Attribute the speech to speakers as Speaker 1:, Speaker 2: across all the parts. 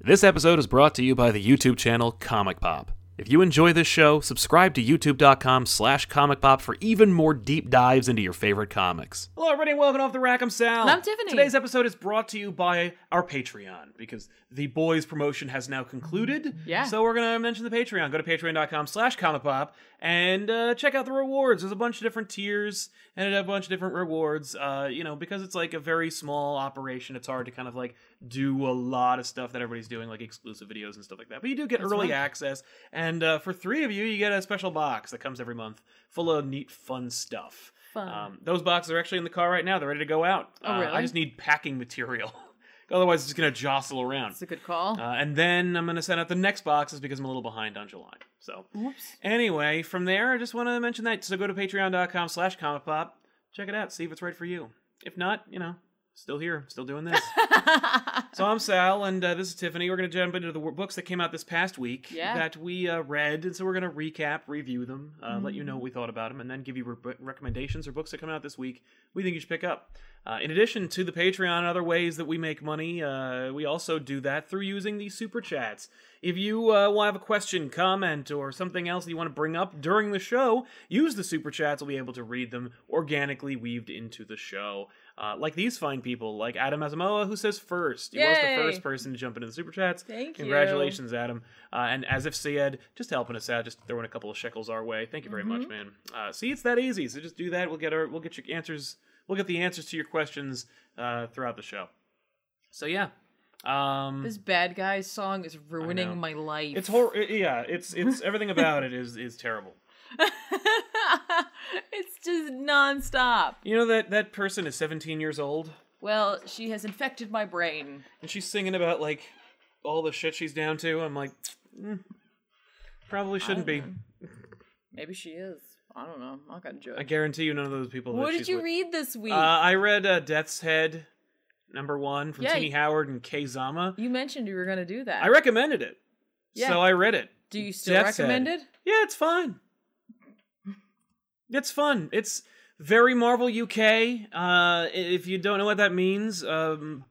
Speaker 1: This episode is brought to you by the YouTube channel Comic Pop. If you enjoy this show, subscribe to youtube.com slash comic pop for even more deep dives into your favorite comics. Hello, everybody, and welcome off the Rackham Sound.
Speaker 2: And I'm Tiffany.
Speaker 1: Today's episode is brought to you by our Patreon because the boys promotion has now concluded.
Speaker 2: Yeah.
Speaker 1: So we're going to mention the Patreon. Go to patreon.com slash comic pop and uh, check out the rewards. There's a bunch of different tiers and a bunch of different rewards. Uh, you know, because it's like a very small operation, it's hard to kind of like do a lot of stuff that everybody's doing, like exclusive videos and stuff like that. But you do get early
Speaker 2: right.
Speaker 1: access, and uh, for three of you, you get a special box that comes every month full of neat, fun stuff.
Speaker 2: Fun.
Speaker 1: Um, those boxes are actually in the car right now; they're ready to go out.
Speaker 2: Oh,
Speaker 1: Uh, I
Speaker 2: really?
Speaker 1: just need packing material. Otherwise, it's just gonna jostle around.
Speaker 2: That's a good call.
Speaker 1: Uh, and then I'm gonna send out the next boxes because I'm a little behind on July. So
Speaker 2: Oops.
Speaker 1: anyway, from there, I just want to mention that. So go to patreon.com slash comic pop. Check it out. See if it's right for you. If not, you know, still here, still doing this. so I'm Sal, and uh, this is Tiffany. We're going to jump into the w- books that came out this past week
Speaker 2: Yeah.
Speaker 1: that we uh, read. And so we're going to recap, review them, uh, let you know what we thought about them, and then give you re- recommendations or books that come out this week we think you should pick up. Uh, in addition to the Patreon and other ways that we make money, uh, we also do that through using the super chats. If you uh, will have a question, comment, or something else that you want to bring up during the show, use the super chats. We'll be able to read them organically weaved into the show. Uh, like these fine people, like Adam Asamoah, who says first. He was the
Speaker 2: Yay!
Speaker 1: first person to jump into the super chats.
Speaker 2: Thank you.
Speaker 1: Congratulations, Adam. Uh, and as if Syed, just helping us out, just throwing a couple of shekels our way. Thank you very
Speaker 2: Mm-hmm.
Speaker 1: much, man. Uh, see, it's that easy. So just do that. We'll get our, we'll get your answers. We'll get the answers to your questions uh, throughout the show. So yeah, um,
Speaker 2: This bad guy song is
Speaker 1: I know.
Speaker 2: ruining my life.
Speaker 1: it's hor- Yeah, it's it's everything about it is is terrible.
Speaker 2: it's just nonstop.
Speaker 1: You know that that person is 17 years old
Speaker 2: Well, she has infected my brain.
Speaker 1: and she's singing about like all the shit she's down to. I'm like, mm, probably shouldn't be.
Speaker 2: Hmm. Maybe she is. I don't know. I'm not gonna
Speaker 1: I
Speaker 2: judge.
Speaker 1: guarantee you, none of those people. that
Speaker 2: What did
Speaker 1: she's
Speaker 2: you
Speaker 1: with-
Speaker 2: read this week?
Speaker 1: Uh, I read uh, Death's Head, number one, from
Speaker 2: Yeah,
Speaker 1: Tini
Speaker 2: you-
Speaker 1: Howard and Kay Zama.
Speaker 2: you mentioned you were gonna do that.
Speaker 1: I recommended it.
Speaker 2: Yeah.
Speaker 1: So I read it.
Speaker 2: do you still
Speaker 1: Death's
Speaker 2: recommend
Speaker 1: Head.
Speaker 2: it?
Speaker 1: Yeah, it's fine. It's fun. It's very Marvel UK. Uh, if you don't know what that means, um,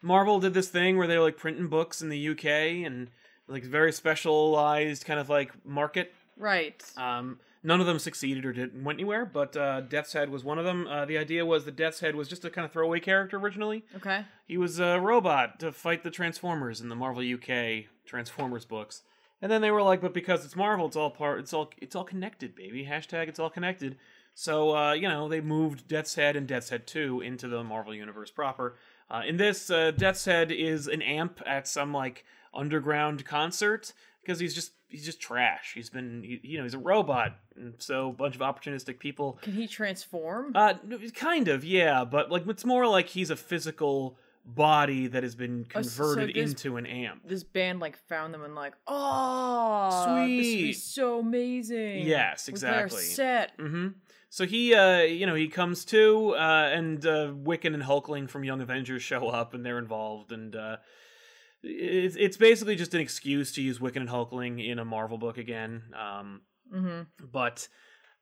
Speaker 1: Marvel did this thing where they were like printing books in the UK and like very specialized kind of like market
Speaker 2: Right.
Speaker 1: um, none of them succeeded or didn't went anywhere, but uh, Death's Head was one of them. Uh, the idea was that Death's Head was just a kind of throwaway character originally.
Speaker 2: okay.
Speaker 1: He was a robot to fight the Transformers in the Marvel UK Transformers books, and then they were like, "But because it's Marvel, it's all part. It's all it's all connected, baby." Hashtag it's all connected. So uh, you know they moved Death's Head and Death's Head Two into the Marvel universe proper. Uh, in this, uh, Death's Head is an amp at some like underground concert because he's just he's just trash. He's been he, you know he's a robot, and so a bunch of opportunistic people
Speaker 2: Can he transform?
Speaker 1: uh, n- kind of, yeah, but like it's more like he's a physical body that has been
Speaker 2: Oh, s- so
Speaker 1: converted
Speaker 2: this-
Speaker 1: into an amp.
Speaker 2: this band like found them and like, oh, this would
Speaker 1: Sweet.
Speaker 2: be so amazing.
Speaker 1: Yes,
Speaker 2: We play
Speaker 1: exactly.
Speaker 2: our set.
Speaker 1: hmm So he, uh, you know, he comes to, uh, and uh, Wiccan and Hulkling from Young Avengers show up, and they're involved, and uh, it's it's basically just an excuse to use Wiccan and Hulkling in a Marvel book again. Um,
Speaker 2: Mm-hmm.
Speaker 1: but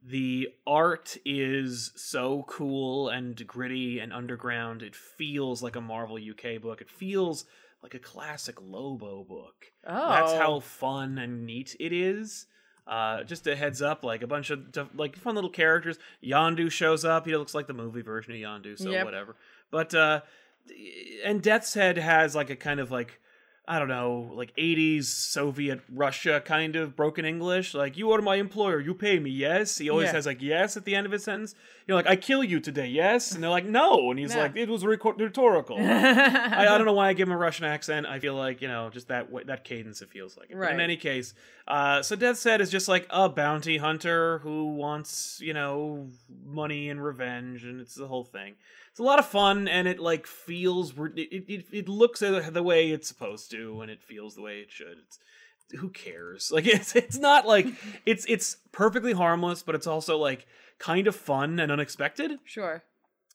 Speaker 1: the art is so cool and gritty and underground. It feels like a Marvel UK book. It feels like a classic Lobo book.
Speaker 2: Oh,
Speaker 1: That's how fun and neat it is. Uh, just a heads up, like a bunch of diff- like fun little characters. Yondu shows up. He looks like the movie version of Yondu, so
Speaker 2: Yep.
Speaker 1: whatever. But uh, and Death's Head has like a kind of like I don't know, like '80s Soviet Russia kind of broken English. Like you are my employer, you pay me. Yes, he always
Speaker 2: Yeah.
Speaker 1: has like yes at the end of his sentence. You're like I kill you today. Yes, and they're like no, and he's
Speaker 2: Yeah.
Speaker 1: like it was reco-
Speaker 2: Oh.
Speaker 1: rhetorical.
Speaker 2: I,
Speaker 1: I, I don't know why I give him a Russian accent. I feel like you know just that wa- that cadence. It feels like. But In
Speaker 2: Right.
Speaker 1: any case, uh, so Death's Head is just like a bounty hunter who wants you know money and revenge, and it's the whole thing. It's a lot of fun, and it like feels re- it it, it looks at the way it's supposed to, and it feels the way it should. It's who cares? Like it's it's not like it's it's perfectly harmless, but it's also like kind of fun and unexpected.
Speaker 2: Sure.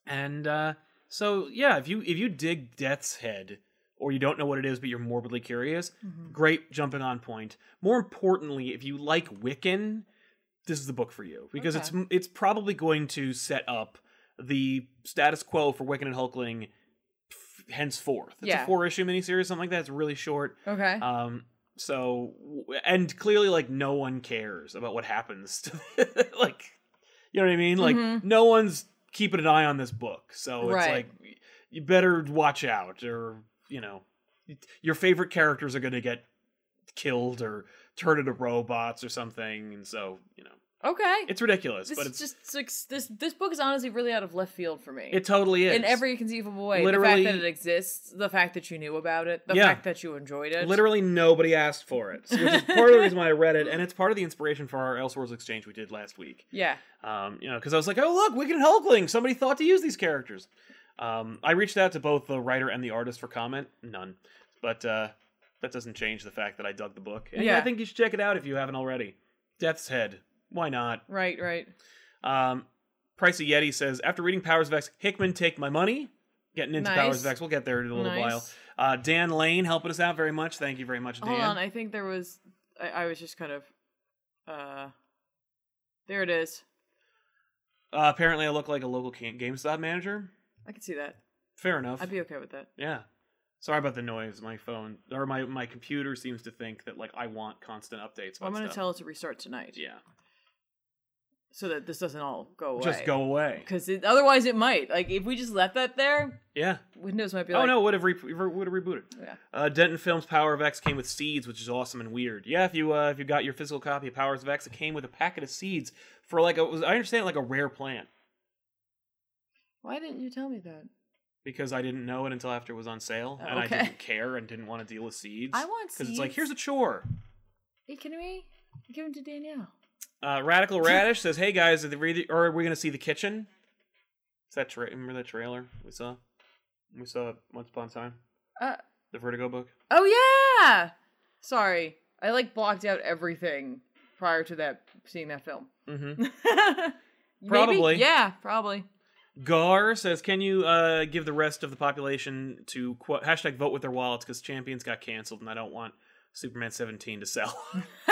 Speaker 1: And uh, so yeah, if you if you dig Death's Head or you don't know what it is but you're morbidly curious,
Speaker 2: Mm-hmm.
Speaker 1: great jumping on point. More importantly, if you like Wiccan, this is the book for you because
Speaker 2: Okay.
Speaker 1: it's it's probably going to set up the status quo for Wiccan and Hulkling f- henceforth. It's
Speaker 2: Yeah.
Speaker 1: a four issue miniseries, something like that. It's really short.
Speaker 2: Okay.
Speaker 1: Um, so and clearly, like no one cares about what happens to, like, you know what I mean? Like
Speaker 2: Mhm.
Speaker 1: no one's keeping an eye on this book, so it's
Speaker 2: Right.
Speaker 1: like you better watch out, or you know, your favorite characters are gonna get killed or turned into robots or something, and so you know,
Speaker 2: okay.
Speaker 1: it's ridiculous,
Speaker 2: this
Speaker 1: but
Speaker 2: is
Speaker 1: it's
Speaker 2: just like this. This book is honestly really out of left field for me.
Speaker 1: it totally is
Speaker 2: in every conceivable way. the fact
Speaker 1: Literally-
Speaker 2: that it exists, the fact that you knew about it, the
Speaker 1: Yeah.
Speaker 2: fact that you enjoyed it.
Speaker 1: Literally nobody asked for it, which is part of the reason why I read it, and it's part of the inspiration for our Elseworlds exchange we did last week.
Speaker 2: Yeah.
Speaker 1: Um, you know, because I was like, oh look, Wicked and Hulkling. Somebody thought to use these characters. Um, I reached out to both the writer and the artist for comment. None, but uh, that doesn't change the fact that I dug the book. And yeah,
Speaker 2: Yeah.
Speaker 1: I think you should check it out if you haven't already. Death's Head. Why not?
Speaker 2: Right. Right.
Speaker 1: Um, Price of Yeti says after reading Powers of X, Hickman take my money. Getting into
Speaker 2: Nice.
Speaker 1: Powers of X, we'll get there in a little
Speaker 2: Nice.
Speaker 1: while. Uh, Dan Lane helping us out very much. Thank you very much, Dan.
Speaker 2: Hold on, I think there was. I, I was just kind of. Uh, there it is.
Speaker 1: Uh, apparently, I look like a local Ga- GameStop manager.
Speaker 2: I could see that.
Speaker 1: Fair enough.
Speaker 2: I'd be okay with that.
Speaker 1: Yeah. Sorry about the noise. My phone or my my computer seems to think that like I want constant updates.
Speaker 2: Well, I'm
Speaker 1: about
Speaker 2: going to
Speaker 1: stuff.
Speaker 2: tell it to restart tonight,
Speaker 1: Yeah.
Speaker 2: so that this doesn't all go away.
Speaker 1: Just go away.
Speaker 2: because otherwise it might. Like if we just left that there,
Speaker 1: Yeah.
Speaker 2: Windows might be
Speaker 1: Oh
Speaker 2: like,
Speaker 1: no, would have re- would have rebooted.
Speaker 2: Yeah.
Speaker 1: Uh, Denton Films Power of X came with seeds, which is awesome and weird. Yeah, if you uh, if you got your physical copy of Powers of X, it came with a packet of seeds for like a, it was, I understand like a rare plant
Speaker 2: Why didn't you tell me that?
Speaker 1: because I didn't know it until after it was on sale
Speaker 2: Oh,
Speaker 1: and
Speaker 2: okay.
Speaker 1: I didn't care and didn't want to deal with seeds.
Speaker 2: I want
Speaker 1: because it's like
Speaker 2: seeds.
Speaker 1: here's a chore.
Speaker 2: Are you kidding me? Give them to Danielle.
Speaker 1: Uh, Radical Radish says, "Hey guys, are, the re- or are we going to see the kitchen? Is that tra- remember that trailer we saw? We saw it once upon a time.
Speaker 2: Uh.
Speaker 1: the Vertigo book.
Speaker 2: Oh yeah. Sorry, I like blocked out everything prior to that seeing that film.
Speaker 1: Mm-hmm.
Speaker 2: Maybe?
Speaker 1: Probably.
Speaker 2: Yeah. Probably.
Speaker 1: Gar says, "Can you uh, give the rest of the population to qu- hashtag vote with their wallets because Champions got canceled and I don't want Superman 17 to sell."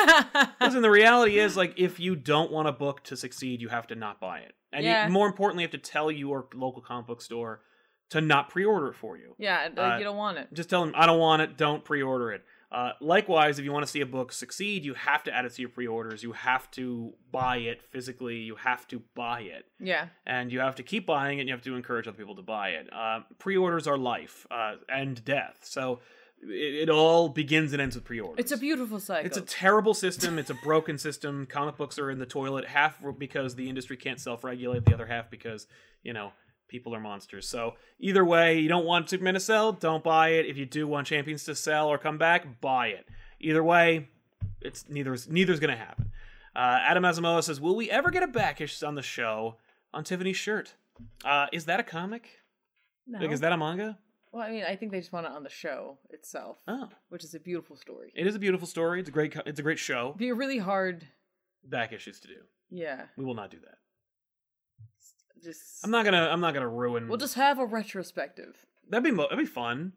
Speaker 1: Listen, the reality is like if you don't want a book to succeed, you have to not buy it, and
Speaker 2: Yeah.
Speaker 1: you, more importantly, you have to tell your local comic book store to not pre-order it for you.
Speaker 2: yeah. Like,
Speaker 1: Uh,
Speaker 2: you don't want it.
Speaker 1: just tell them I don't want it. Don't pre-order it. Uh, likewise, if you want to see a book succeed, you have to add it to your pre-orders. You have to buy it physically. You have to buy it,
Speaker 2: Yeah.
Speaker 1: and you have to keep buying it. and You have to encourage other people to buy it. Uh, pre-orders are life uh, and death. So it, it all begins and ends with pre-orders.
Speaker 2: It's a beautiful cycle.
Speaker 1: It's a terrible system. It's a broken system. Comic books are in the toilet, half because the industry can't self regulate, the other half because, you know, people are monsters. So either way, you don't want Superman to sell, don't buy it. If you do want Champions to sell or come back, buy it. Either way, it's neither's neither's gonna happen. Uh, Adam Asamoah says, "Will we ever get a backish on the show on Tiffany's shirt? Uh, is that a comic?
Speaker 2: no.
Speaker 1: Like, is that a manga?
Speaker 2: well, I mean, I think they just want it on the show itself,
Speaker 1: Oh,
Speaker 2: which is a beautiful story.
Speaker 1: it is a beautiful story. It's a great. Co- it's a great show.
Speaker 2: Be a really hard,
Speaker 1: Back issues to do.
Speaker 2: yeah.
Speaker 1: We will not do that.
Speaker 2: Just
Speaker 1: I'm not gonna. I'm not gonna ruin.
Speaker 2: We'll just have a retrospective.
Speaker 1: that'd be mo- that'd be fun.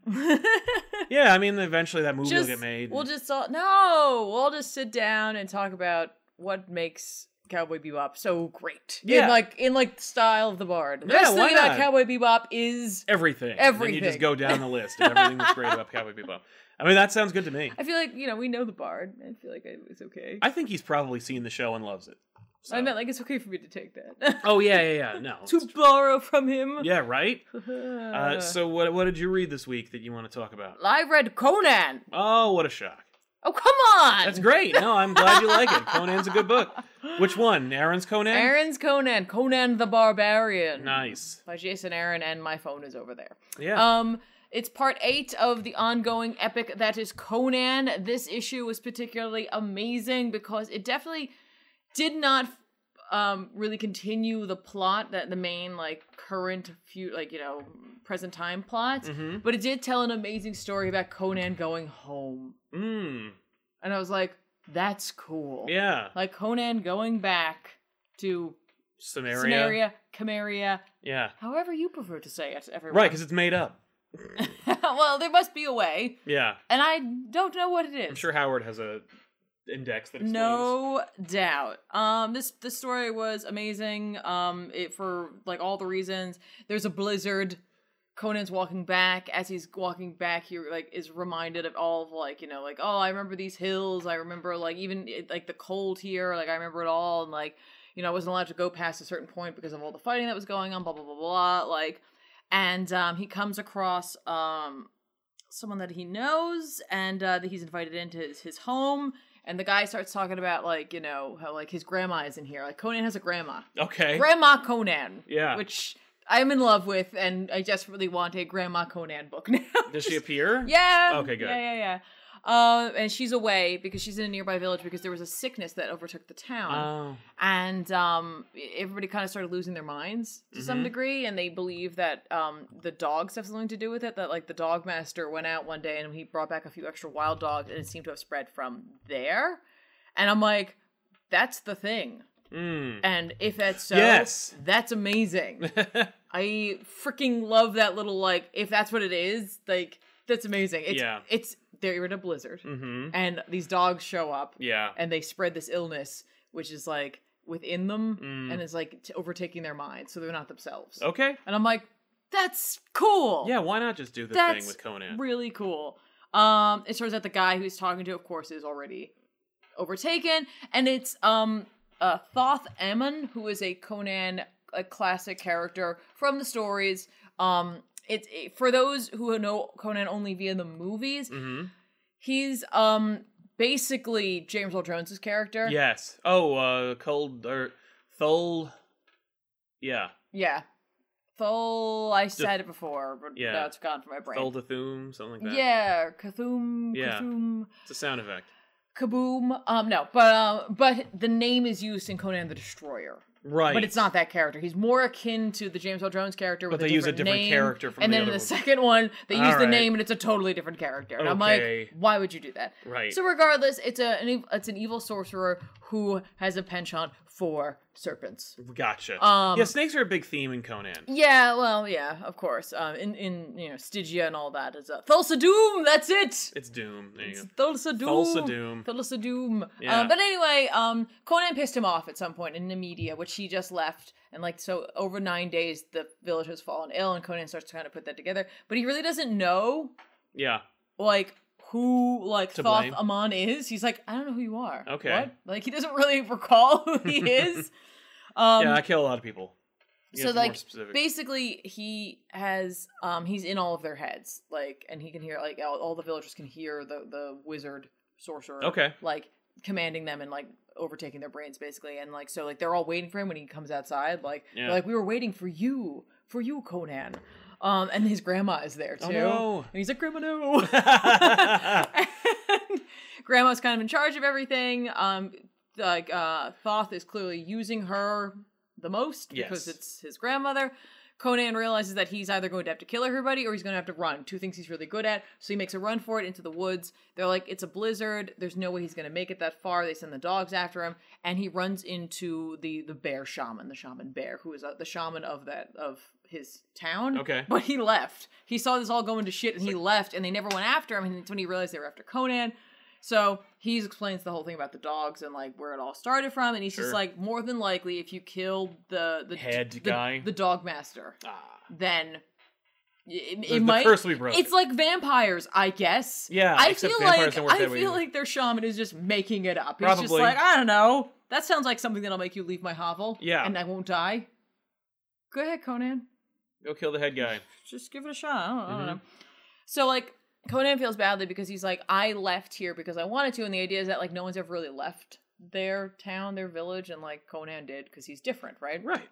Speaker 1: Yeah, I mean, eventually that movie
Speaker 2: just,
Speaker 1: will get made.
Speaker 2: We'll just all no. We'll all just sit down and talk about what makes Cowboy Bebop so great.
Speaker 1: Yeah.
Speaker 2: in like in like the style of the Bard. The
Speaker 1: Yeah,
Speaker 2: best
Speaker 1: why
Speaker 2: thing about
Speaker 1: not?
Speaker 2: Cowboy Bebop is
Speaker 1: everything. And then you
Speaker 2: Everything.
Speaker 1: just go down the list of everything that's great about Cowboy Bebop. I mean, that sounds good to me.
Speaker 2: I feel like you know we know the Bard. I feel like I- it's okay.
Speaker 1: I think he's probably seen the show and loves it. So.
Speaker 2: I meant like it's okay for me to take that.
Speaker 1: oh yeah, yeah, yeah. No.
Speaker 2: to borrow from him.
Speaker 1: yeah, right. Uh, so what what did you read this week that you want to talk about?
Speaker 2: I read Conan.
Speaker 1: Oh, what a shock!
Speaker 2: Oh come on!
Speaker 1: That's great. No, I'm glad you like it. Conan's a good book. Which one? Aaron's Conan.
Speaker 2: Aaron's Conan. Conan the Barbarian.
Speaker 1: Nice.
Speaker 2: By Jason Aaron, and my phone is over there.
Speaker 1: Yeah.
Speaker 2: Um, it's part eight of the ongoing epic that is Conan. This issue was particularly amazing because it definitely did not um really continue the plot that the main like current few like you know present time plot,
Speaker 1: mm-hmm.
Speaker 2: but it did tell an amazing story about Conan going home,
Speaker 1: Mm.
Speaker 2: and I was like, that's cool.
Speaker 1: Yeah.
Speaker 2: like Conan going back to
Speaker 1: Samaria.
Speaker 2: Samaria, Camaria,
Speaker 1: Yeah.
Speaker 2: however you prefer to say it. Everyone,
Speaker 1: Right, because it's made up.
Speaker 2: well, there must be a way.
Speaker 1: Yeah.
Speaker 2: and I don't know what it is.
Speaker 1: I'm sure Howard has a index that explains.
Speaker 2: No doubt. Um, this this story was amazing. Um, it for like all the reasons. There's a blizzard. Conan's walking back. As he's walking back, he like is reminded of all of like you know like oh I remember these hills. I remember like even eh, like the cold here. Like I remember it all. And like you know I wasn't allowed to go past a certain point because of all the fighting that was going on. Blah blah blah blah. Like and um, he comes across um, someone that he knows and uh, that he's invited into his, his home. And the guy starts talking about like you know how like his grandma is in here. Like Conan has a grandma,
Speaker 1: Okay.
Speaker 2: Grandma Conan.
Speaker 1: Yeah.
Speaker 2: which I'm in love with, and I desperately want a Grandma Conan book now.
Speaker 1: Does she
Speaker 2: Just-
Speaker 1: appear?
Speaker 2: Yeah.
Speaker 1: Okay, good.
Speaker 2: Yeah, yeah, yeah. Um, and she's away because she's in a nearby village because there was a sickness that overtook the town,
Speaker 1: Oh.
Speaker 2: and um, everybody kind of started losing their minds to some
Speaker 1: Mhm.
Speaker 2: degree, and they believe that um, the dogs have something to do with it. That like the dog master went out one day and he brought back a few extra wild dogs, and it seemed to have spread from there. And I'm like, that's the thing.
Speaker 1: Mm.
Speaker 2: And if that's so,
Speaker 1: Yes.
Speaker 2: that's amazing. I freaking love that little like if that's what it is, like that's amazing. It's
Speaker 1: Yeah.
Speaker 2: it's they're in a blizzard
Speaker 1: mm-hmm.
Speaker 2: and these dogs show up
Speaker 1: Yeah.
Speaker 2: and they spread this illness which is like within them
Speaker 1: Mm.
Speaker 2: and is like t- overtaking their minds so they're not themselves.
Speaker 1: Okay.
Speaker 2: And I'm like that's cool.
Speaker 1: Yeah. Why not just do the thing
Speaker 2: That's
Speaker 1: with Conan?
Speaker 2: Really cool. Um it turns out the guy who he's talking to of course is already overtaken and it's um uh Thoth Ammon who is a Conan a classic character from the stories. Um it's it, for those who know Conan only via the movies,
Speaker 1: mm-hmm.
Speaker 2: he's um basically James Earl Jones's character.
Speaker 1: Yes. Oh, uh, cold or thol. Yeah.
Speaker 2: Yeah. Thol I said it before, but
Speaker 1: Yeah.
Speaker 2: now it's gone from my brain.
Speaker 1: Thol Thum, something like that.
Speaker 2: yeah, Kathum,
Speaker 1: Yeah.
Speaker 2: Kathum.
Speaker 1: It's a sound effect.
Speaker 2: Kaboom. Um, no, but uh, but the name is used in Conan the Destroyer,
Speaker 1: Right.
Speaker 2: but it's not that character. He's more akin to the James L. Jones character.
Speaker 1: But
Speaker 2: With
Speaker 1: they
Speaker 2: a
Speaker 1: use a
Speaker 2: different
Speaker 1: different
Speaker 2: name,
Speaker 1: character from
Speaker 2: and
Speaker 1: the
Speaker 2: then
Speaker 1: other
Speaker 2: in the
Speaker 1: one.
Speaker 2: second one, they use the
Speaker 1: Alright.
Speaker 2: name, and it's a totally different character. And I'm
Speaker 1: Okay.
Speaker 2: like, why would you do that?
Speaker 1: Right.
Speaker 2: So regardless, it's a an, ev- it's an evil sorcerer who has a penchant for serpents.
Speaker 1: gotcha.
Speaker 2: Um,
Speaker 1: yeah, snakes are a big theme in Conan.
Speaker 2: Yeah, well, yeah, of course. Um, in in you know Stygia and all that is a Thulsa Doom. That's it.
Speaker 1: It's Doom. There you go.
Speaker 2: Thulsa Doom.
Speaker 1: Thulsa Doom.
Speaker 2: Phyllis Doom.
Speaker 1: Yeah.
Speaker 2: Um, but anyway, um, Conan pissed him off at some point in the media, which he just left. And like, so over nine days, the village has fallen ill, and Conan starts trying to put that together. But he really doesn't know,
Speaker 1: Yeah.
Speaker 2: like, who like
Speaker 1: To
Speaker 2: Thoth
Speaker 1: blame.
Speaker 2: Amon is. He's like, I don't know who you are.
Speaker 1: Okay.
Speaker 2: What? Like, he doesn't really recall who he is. Um,
Speaker 1: yeah, I kill a lot of people. You
Speaker 2: so,
Speaker 1: have to be more
Speaker 2: like,
Speaker 1: specific.
Speaker 2: basically he has um he's in all of their heads like and he can hear like all, all the villagers can hear the the wizard sorcerer
Speaker 1: Okay.
Speaker 2: like commanding them and like overtaking their brains basically and like so like they're all waiting for him when he comes outside like they're
Speaker 1: Yeah.
Speaker 2: like we were waiting for you for you conan um and his grandma is there too
Speaker 1: oh no.
Speaker 2: and he's like grandma no And grandma's kind of in charge of everything um like uh thoth is clearly using her the most because
Speaker 1: Yes.
Speaker 2: it's his grandmother conan realizes that he's either going to have to kill everybody or he's going to have to run two things he's really good at so he makes a run for it into the woods they're like it's a blizzard there's no way he's going to make it that far they send the dogs after him and he runs into the the bear shaman the shaman bear who is uh, the shaman of that of his town
Speaker 1: okay.
Speaker 2: but he left. He saw this all going to shit and he left, and they never went after him. And that's when he realized they were after Conan. So he explains the whole thing about the dogs and like where it all started from. And he's
Speaker 1: Sure.
Speaker 2: just like, more than likely, if you killed the the
Speaker 1: Head
Speaker 2: the,
Speaker 1: guy.
Speaker 2: the dog master,
Speaker 1: Ah.
Speaker 2: then it, it
Speaker 1: The, the
Speaker 2: might.
Speaker 1: curse will be broken.
Speaker 2: it's like vampires, I guess.
Speaker 1: yeah.
Speaker 2: I
Speaker 1: except
Speaker 2: feel
Speaker 1: vampires
Speaker 2: like
Speaker 1: don't work
Speaker 2: I
Speaker 1: that way
Speaker 2: feel
Speaker 1: either.
Speaker 2: like their shaman is just making it up. He's just
Speaker 1: Probably.
Speaker 2: like, I don't know. That sounds like something that'll make you leave my hovel.
Speaker 1: Yeah.
Speaker 2: and I won't die. Go ahead, Conan
Speaker 1: go kill the head guy.
Speaker 2: just give it a shot. I don't, I don't
Speaker 1: Mhm.
Speaker 2: know. So like Conan feels badly because he's like, I left here because I wanted to, and the idea is that like no one's ever really left their town, their village, and like Conan did because he's different, right?
Speaker 1: Right.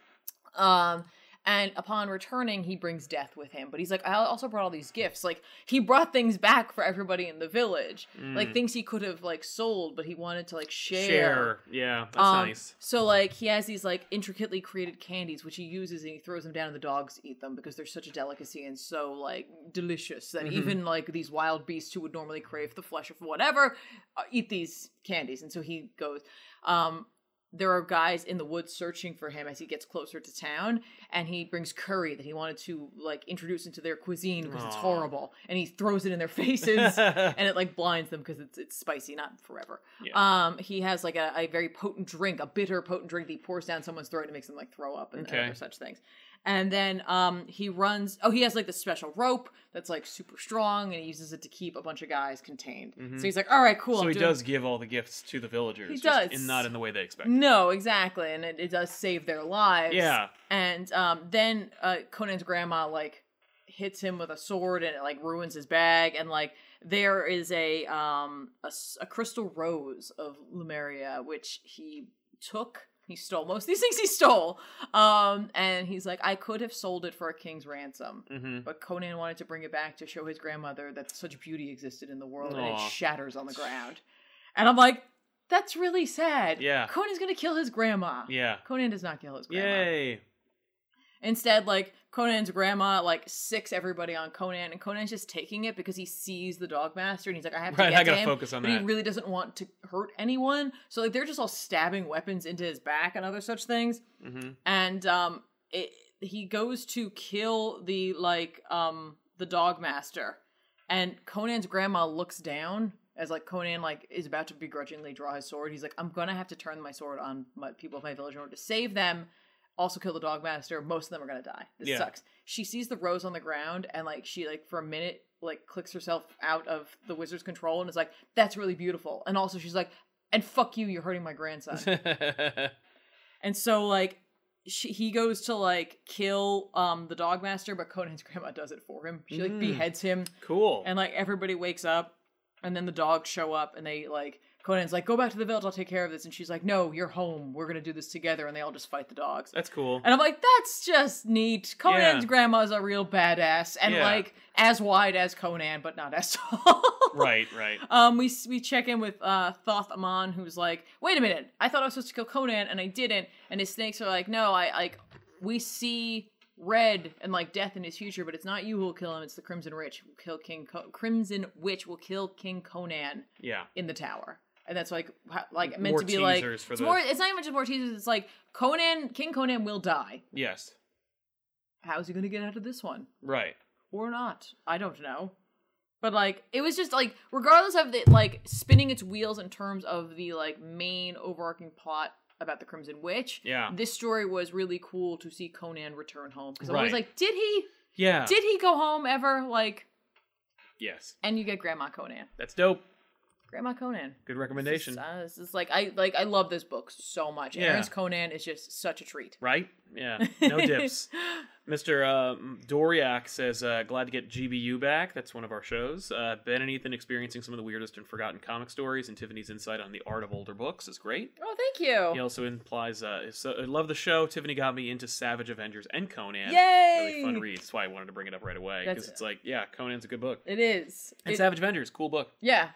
Speaker 2: Um, and upon returning, he brings death with him. But he's like, I also brought all these gifts. Like he brought things back for everybody in the village, like
Speaker 1: Mm.
Speaker 2: things he could have like sold, but he wanted to like share.
Speaker 1: Share. Yeah, that's
Speaker 2: Um,
Speaker 1: nice.
Speaker 2: So like he has these like intricately created candies which he uses and he throws them down and the dogs eat them because they're such a delicacy and so like delicious that
Speaker 1: Mhm.
Speaker 2: even like these wild beasts who would normally crave the flesh of whatever uh, eat these candies and so he goes um there are guys in the woods searching for him as he gets closer to town and he brings curry that he wanted to like introduce into their cuisine because it's
Speaker 1: Aw.
Speaker 2: horrible and he throws it in their faces and it like blinds them because it's it's spicy, not forever. Um, he has like a, a very potent drink, a bitter potent drink that he pours down someone's throat and makes them like throw up and, and
Speaker 1: Okay.
Speaker 2: other such things. And then um, he runs. Oh, he has like this special rope that's like super strong, and he uses it to keep a bunch of guys contained.
Speaker 1: Mhm.
Speaker 2: So he's like, "All right, cool."
Speaker 1: so
Speaker 2: I'm
Speaker 1: he
Speaker 2: doing-
Speaker 1: does give all the gifts to the villagers.
Speaker 2: He
Speaker 1: just
Speaker 2: does.
Speaker 1: in- not in the way they expect.
Speaker 2: No, exactly, and it, it does save their lives.
Speaker 1: Yeah,
Speaker 2: And um, then uh, Conan's grandma like hits him with a sword, and it like ruins his bag. And like there is a um a, s- a crystal rose of Lumeria, which he took. He stole most of these things. He stole. Um, and he's like, I could have sold it for a king's ransom.
Speaker 1: hmm
Speaker 2: But Conan wanted to bring it back to show his grandmother that such beauty existed in the world, and it
Speaker 1: Aw.
Speaker 2: shatters on the ground. And I'm like, that's really sad.
Speaker 1: Yeah.
Speaker 2: Conan's gonna kill his grandma.
Speaker 1: yeah.
Speaker 2: Conan does not kill his grandma.
Speaker 1: Yay!
Speaker 2: Instead, like Conan's grandma like sicks everybody on Conan, and Conan's just taking it because he sees the dog master, and he's like, I have to
Speaker 1: Right,
Speaker 2: get
Speaker 1: I
Speaker 2: to
Speaker 1: gotta
Speaker 2: him.
Speaker 1: focus on
Speaker 2: but he
Speaker 1: that.
Speaker 2: really doesn't want to hurt anyone. So like they're just all stabbing weapons into his back and other such things
Speaker 1: hmm
Speaker 2: and um it, he goes to kill the like um the dog master and conan's grandma looks down as like conan like is about to begrudgingly draw his sword he's like i'm gonna have to turn my sword on my people of my village in order to save them also kill the dog master most of them are gonna die this
Speaker 1: Yeah.
Speaker 2: sucks she sees the rose on the ground and like she like for a minute like clicks herself out of the wizard's control and is like that's really beautiful and also she's like and fuck you you're hurting my grandson
Speaker 1: Mm-hmm.
Speaker 2: and so like she, he goes to like kill um the dog master, but Conan's grandma does it for him. She like
Speaker 1: Mm.
Speaker 2: beheads him,
Speaker 1: cool.
Speaker 2: and like everybody wakes up, and then the dogs show up, and they like Conan's like go back to the village, I'll take care of this, and she's like no, you're home, we're gonna do this together, and they all just fight the dogs.
Speaker 1: That's cool.
Speaker 2: And I'm like, that's just neat. Conan's
Speaker 1: Yeah.
Speaker 2: grandma's a real badass, and
Speaker 1: Yeah.
Speaker 2: like as wide as Conan, but not as tall.
Speaker 1: right, right.
Speaker 2: Um, we we check in with uh Thoth Amon, who's like, wait a minute, I thought I was supposed to kill Conan and I didn't. And his snakes are like, no, I like we see red and like death in his future, but it's not you who'll kill him. It's the Crimson Witch who will kill King Co- Crimson Witch will kill King Conan
Speaker 1: Yeah.
Speaker 2: in the tower. And that's like ha- like meant
Speaker 1: More
Speaker 2: to be like
Speaker 1: teasers for
Speaker 2: it's
Speaker 1: the-
Speaker 2: more. It's not even just more teasers. It's like Conan, King Conan will die.
Speaker 1: Yes.
Speaker 2: How's he gonna get out of this one?
Speaker 1: Right.
Speaker 2: or not. I don't know. But like it was just like regardless of it like spinning its wheels in terms of the like main overarching plot about the Crimson Witch,
Speaker 1: Yeah.
Speaker 2: this story was really cool to see Conan return home because I
Speaker 1: Right.
Speaker 2: was like, did he?
Speaker 1: Yeah.
Speaker 2: Did he go home ever? Like,
Speaker 1: yes.
Speaker 2: and you get Grandma Conan,
Speaker 1: That's dope.
Speaker 2: Grandma Conan.
Speaker 1: Good
Speaker 2: This
Speaker 1: recommendation.
Speaker 2: is, uh, this is like I like I love this book so much.
Speaker 1: Yeah.
Speaker 2: Aaron's Conan is just such a treat.
Speaker 1: Right? Yeah. No dips. Mr. Uh, Doriak says, uh, glad to get GBU back. That's one of our shows. Uh, ben and Ethan experiencing some of the weirdest and forgotten comic stories, and Tiffany's insight on the art of older books is great.
Speaker 2: Oh, thank you.
Speaker 1: He also implies, uh, so, I love the show. Tiffany got me into Savage Avengers and Conan.
Speaker 2: Yay!
Speaker 1: Really fun read. That's why I wanted to bring it up right away.
Speaker 2: That's-
Speaker 1: Because it's like, yeah, Conan's a good book.
Speaker 2: It is.
Speaker 1: And
Speaker 2: It-
Speaker 1: Savage Avengers, cool book.
Speaker 2: yeah.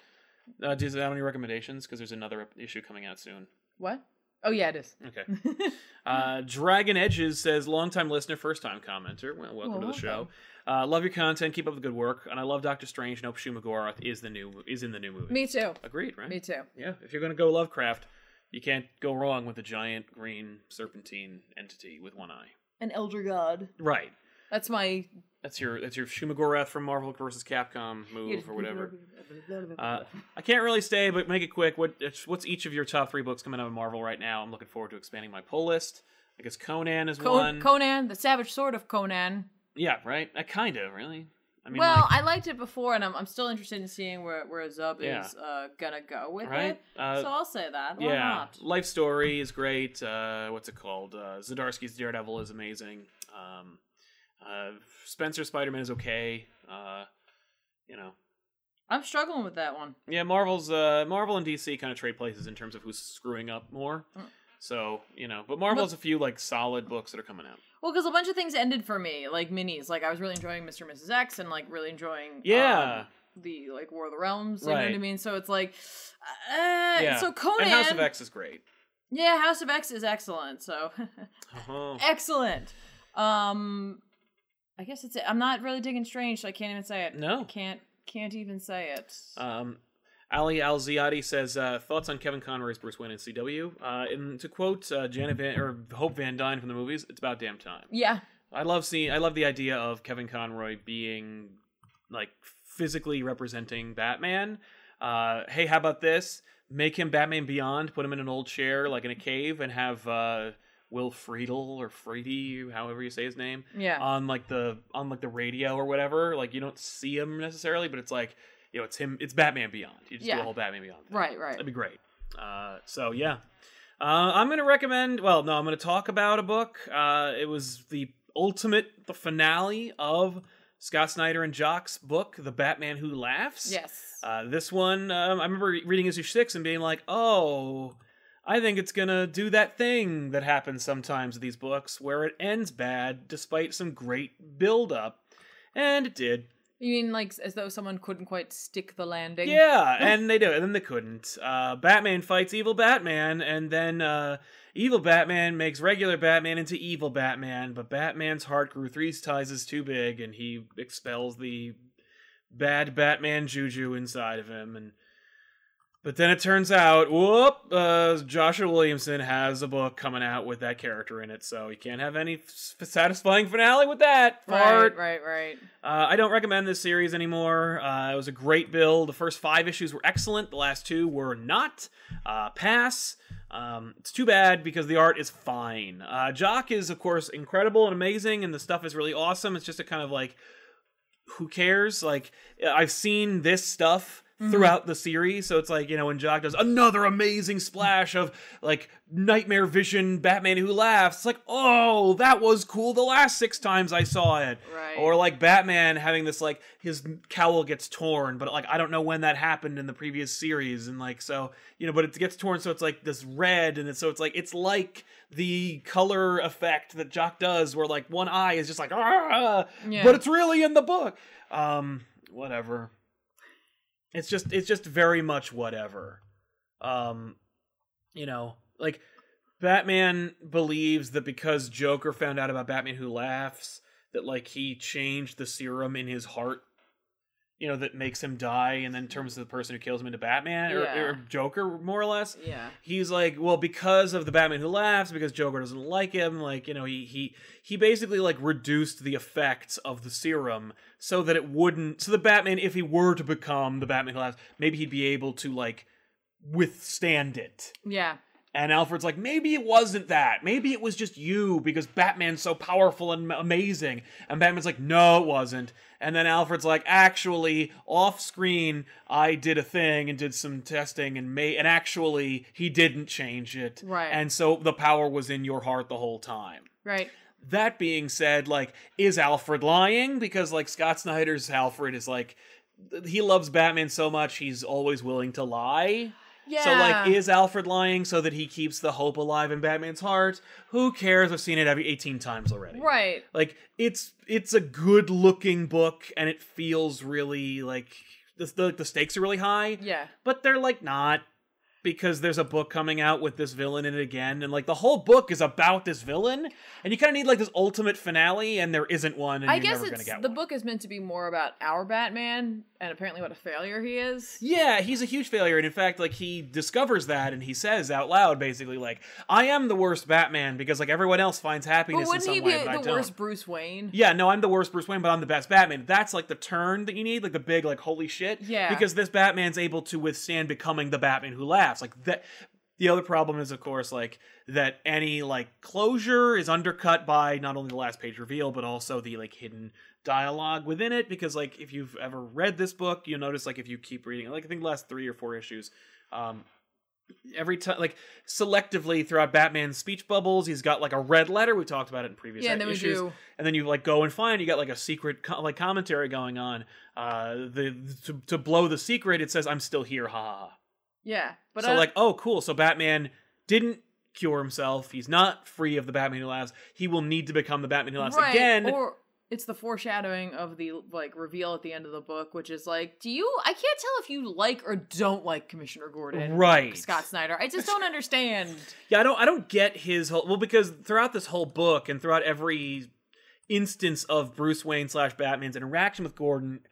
Speaker 1: Uh, do you have any recommendations? Because there's another issue coming out soon.
Speaker 2: What? Oh yeah, it is.
Speaker 1: Okay. Uh, Dragon Edges says, longtime listener, first time commenter. Well, welcome
Speaker 2: Well,
Speaker 1: to the show.
Speaker 2: welcome.
Speaker 1: Uh, love your content. Keep up the good work. And I love Doctor Strange. Nope, Shumagorath is the new is in the new movie.
Speaker 2: Me too.
Speaker 1: Agreed, right?
Speaker 2: Me too.
Speaker 1: Yeah. If you're gonna go Lovecraft, you can't go wrong with a giant green serpentine entity with one eye.
Speaker 2: An elder god.
Speaker 1: Right.
Speaker 2: That's my
Speaker 1: That's your that's your Shumagorath from Marvel versus Capcom move or whatever. Uh, I can't really stay, but make it quick. What it's- what's each of your top three books coming out of Marvel right now? I'm looking forward to expanding my pull list. I guess Conan is
Speaker 2: Con-
Speaker 1: one.
Speaker 2: Conan, the Savage Sword of Conan.
Speaker 1: Yeah, right. I kind of really. I mean,
Speaker 2: well,
Speaker 1: like,
Speaker 2: I liked it before, and I'm, I'm still interested in seeing where where Zub
Speaker 1: Yeah.
Speaker 2: is uh, gonna go with
Speaker 1: right?
Speaker 2: it.
Speaker 1: Uh,
Speaker 2: so I'll say that. Why
Speaker 1: yeah,
Speaker 2: not?
Speaker 1: life story is great. Uh, what's it called? Uh, Zdarsky's Daredevil is amazing. Um, uh, Spencer Spider Man is okay. Uh, you know,
Speaker 2: I'm struggling with that one.
Speaker 1: yeah, Marvel's uh, Marvel and DC kind of trade places in terms of who's screwing up more.
Speaker 2: Mm.
Speaker 1: So you know, but Marvel has a few like solid books that are coming out.
Speaker 2: Well, because a bunch of things ended for me, like minis. Like I was really enjoying Mr. and Mrs. X, and like really enjoying
Speaker 1: Yeah.
Speaker 2: um, the like War of the Realms. You know what I
Speaker 1: Right.
Speaker 2: mean? So it's like, uh,
Speaker 1: Yeah.
Speaker 2: so Conan,
Speaker 1: And House of X is great.
Speaker 2: yeah, House of X is excellent. So
Speaker 1: Oh,
Speaker 2: excellent. Um, I guess it's it. I'm not really digging Strange, so I can't even say it.
Speaker 1: no,
Speaker 2: Can't can't even say it.
Speaker 1: Um, Ali Alziadi says uh, thoughts on Kevin Conroy's Bruce Wayne in CW. Uh, and to quote uh, Janet Van, or Hope Van Dyne from the movies, "It's about damn time."
Speaker 2: yeah,
Speaker 1: I love seeing. I love the idea of Kevin Conroy being like physically representing Batman. Uh, hey, how about this? Make him Batman Beyond. Put him in an old chair, like in a cave, and have uh, Will Friedle or Freedy, however you say his name,
Speaker 2: Yeah.
Speaker 1: on like the on like the radio or whatever. Like you don't see him necessarily, but it's like you know it's him. It's Batman Beyond. You just do
Speaker 2: Yeah.
Speaker 1: a whole Batman Beyond. Thing.
Speaker 2: right, right.
Speaker 1: That'd be great. Uh, so yeah, uh, I'm gonna recommend. Well, no, I'm gonna talk about a book. Uh, it was the ultimate, the finale of Scott Snyder and Jock's book, The Batman Who Laughs.
Speaker 2: Yes.
Speaker 1: Uh, this one, um, I remember re- reading issue six and being like, oh, I think it's gonna do that thing that happens sometimes with these books where it ends bad despite some great build up, and it did.
Speaker 2: you mean like as though someone couldn't quite stick the landing?
Speaker 1: Yeah, and they do, and then they couldn't. Uh, Batman fights evil Batman, and then uh, evil Batman makes regular Batman into evil Batman. But Batman's heart grew three sizes too big, and he expels the bad Batman juju inside of him. And but then it turns out, whoop, uh, Joshua Williamson has a book coming out with that character in it, so you can't have any s- satisfying finale with that. Fart.
Speaker 2: Right, right, right.
Speaker 1: Uh, I don't recommend this series anymore. Uh, it was a great build. The first five issues were excellent. The last two were not. Uh, pass. Um, it's too bad because the art is fine. Uh, Jock is, of course, incredible and amazing, and the stuff is really awesome. It's just a kind of like, who cares? Like, I've seen this stuff throughout the series, so it's like, you know, when Jock does another amazing splash of like nightmare vision Batman who laughs, it's like, oh, that was cool the last six times I saw it.
Speaker 2: Right.
Speaker 1: Or like Batman having this like his cowl gets torn, but like I don't know when that happened in the previous series, and like so you know, but it gets torn, so it's like this red, and it's, so it's like it's like the color effect that Jock does, where like one eye is just like ah,
Speaker 2: Yeah.
Speaker 1: but it's really in the book. Um, whatever. It's just it's just very much whatever. Um, you know, like Batman believes that because Joker found out about Batman Who Laughs, that like he changed the serum in his heart, you know, that makes him die, and then turns the person who kills him into Batman or,
Speaker 2: Yeah.
Speaker 1: or Joker, more or less.
Speaker 2: Yeah.
Speaker 1: He's like, well, because of the Batman Who Laughs, because Joker doesn't like him, like you know, he he he basically like reduced the effects of the serum so that it wouldn't. So the Batman, if he were to become the Batman Who Laughs, maybe he'd be able to like withstand it.
Speaker 2: Yeah.
Speaker 1: And Alfred's like, maybe it wasn't that. Maybe it was just you because Batman's so powerful and amazing. And Batman's like, no, it wasn't. And then Alfred's like, actually, off screen, I did a thing and did some testing and made, and actually, he didn't change it.
Speaker 2: Right.
Speaker 1: And so the power was in your heart the whole time.
Speaker 2: Right.
Speaker 1: That being said, like, is Alfred lying? Because, like, Scott Snyder's Alfred is like, he loves Batman so much, he's always willing to lie.
Speaker 2: Yeah.
Speaker 1: So like, is Alfred lying so that he keeps the hope alive in Batman's heart? Who cares? I've seen it every eighteen times already.
Speaker 2: right.
Speaker 1: Like it's it's a good looking book, and it feels really like the the, the stakes are really high,
Speaker 2: Yeah.
Speaker 1: but they're like not because there's a book coming out with this villain in it again, and like the whole book is about this villain, and you kind of need like this ultimate finale, and there isn't one. And
Speaker 2: I
Speaker 1: you're
Speaker 2: guess
Speaker 1: never
Speaker 2: it's
Speaker 1: gonna get
Speaker 2: the
Speaker 1: one.
Speaker 2: book is meant to be more about our Batman and apparently what a failure he is.
Speaker 1: Yeah, he's a huge failure, and in fact, like he discovers that, and he says out loud, basically, like, "I am the worst Batman because like everyone else finds
Speaker 2: But
Speaker 1: happiness in
Speaker 2: wouldn't
Speaker 1: some
Speaker 2: he be
Speaker 1: way, but I
Speaker 2: the
Speaker 1: don't."
Speaker 2: worst Bruce Wayne?
Speaker 1: Yeah, no, I'm the worst Bruce Wayne, but I'm the best Batman. That's like the turn that you need, like the big, like, holy shit.
Speaker 2: Yeah.
Speaker 1: Because this Batman's able to withstand becoming the Batman who laughs. Like that. The other problem is, of course, like that any like closure is undercut by not only the last page reveal, but also the like hidden dialogue within it. Because like if you've ever read this book, you'll notice like if you keep reading, like I think the last three or four issues, um, every time like selectively throughout Batman's speech bubbles, he's got like a red letter. We talked about it in previous
Speaker 2: Yeah, and then we
Speaker 1: issues
Speaker 2: do.
Speaker 1: and then you like go and find you got like a secret co- like commentary going on uh the to, to blow the secret it says i'm still here ha, ha, ha.
Speaker 2: Yeah. But
Speaker 1: so
Speaker 2: I,
Speaker 1: like oh cool so batman didn't cure himself he's not free of the batman who laughs he will need to become the batman who laughs
Speaker 2: right,
Speaker 1: again
Speaker 2: Or it's the foreshadowing of the like reveal at the end of the book, which is like, do you? I can't tell if you like or don't like Commissioner Gordon,
Speaker 1: right
Speaker 2: Scott Snyder. I just don't understand.
Speaker 1: yeah i don't i don't get his whole well because throughout this whole book and throughout every instance of bruce wayne slash batman's interaction with gordon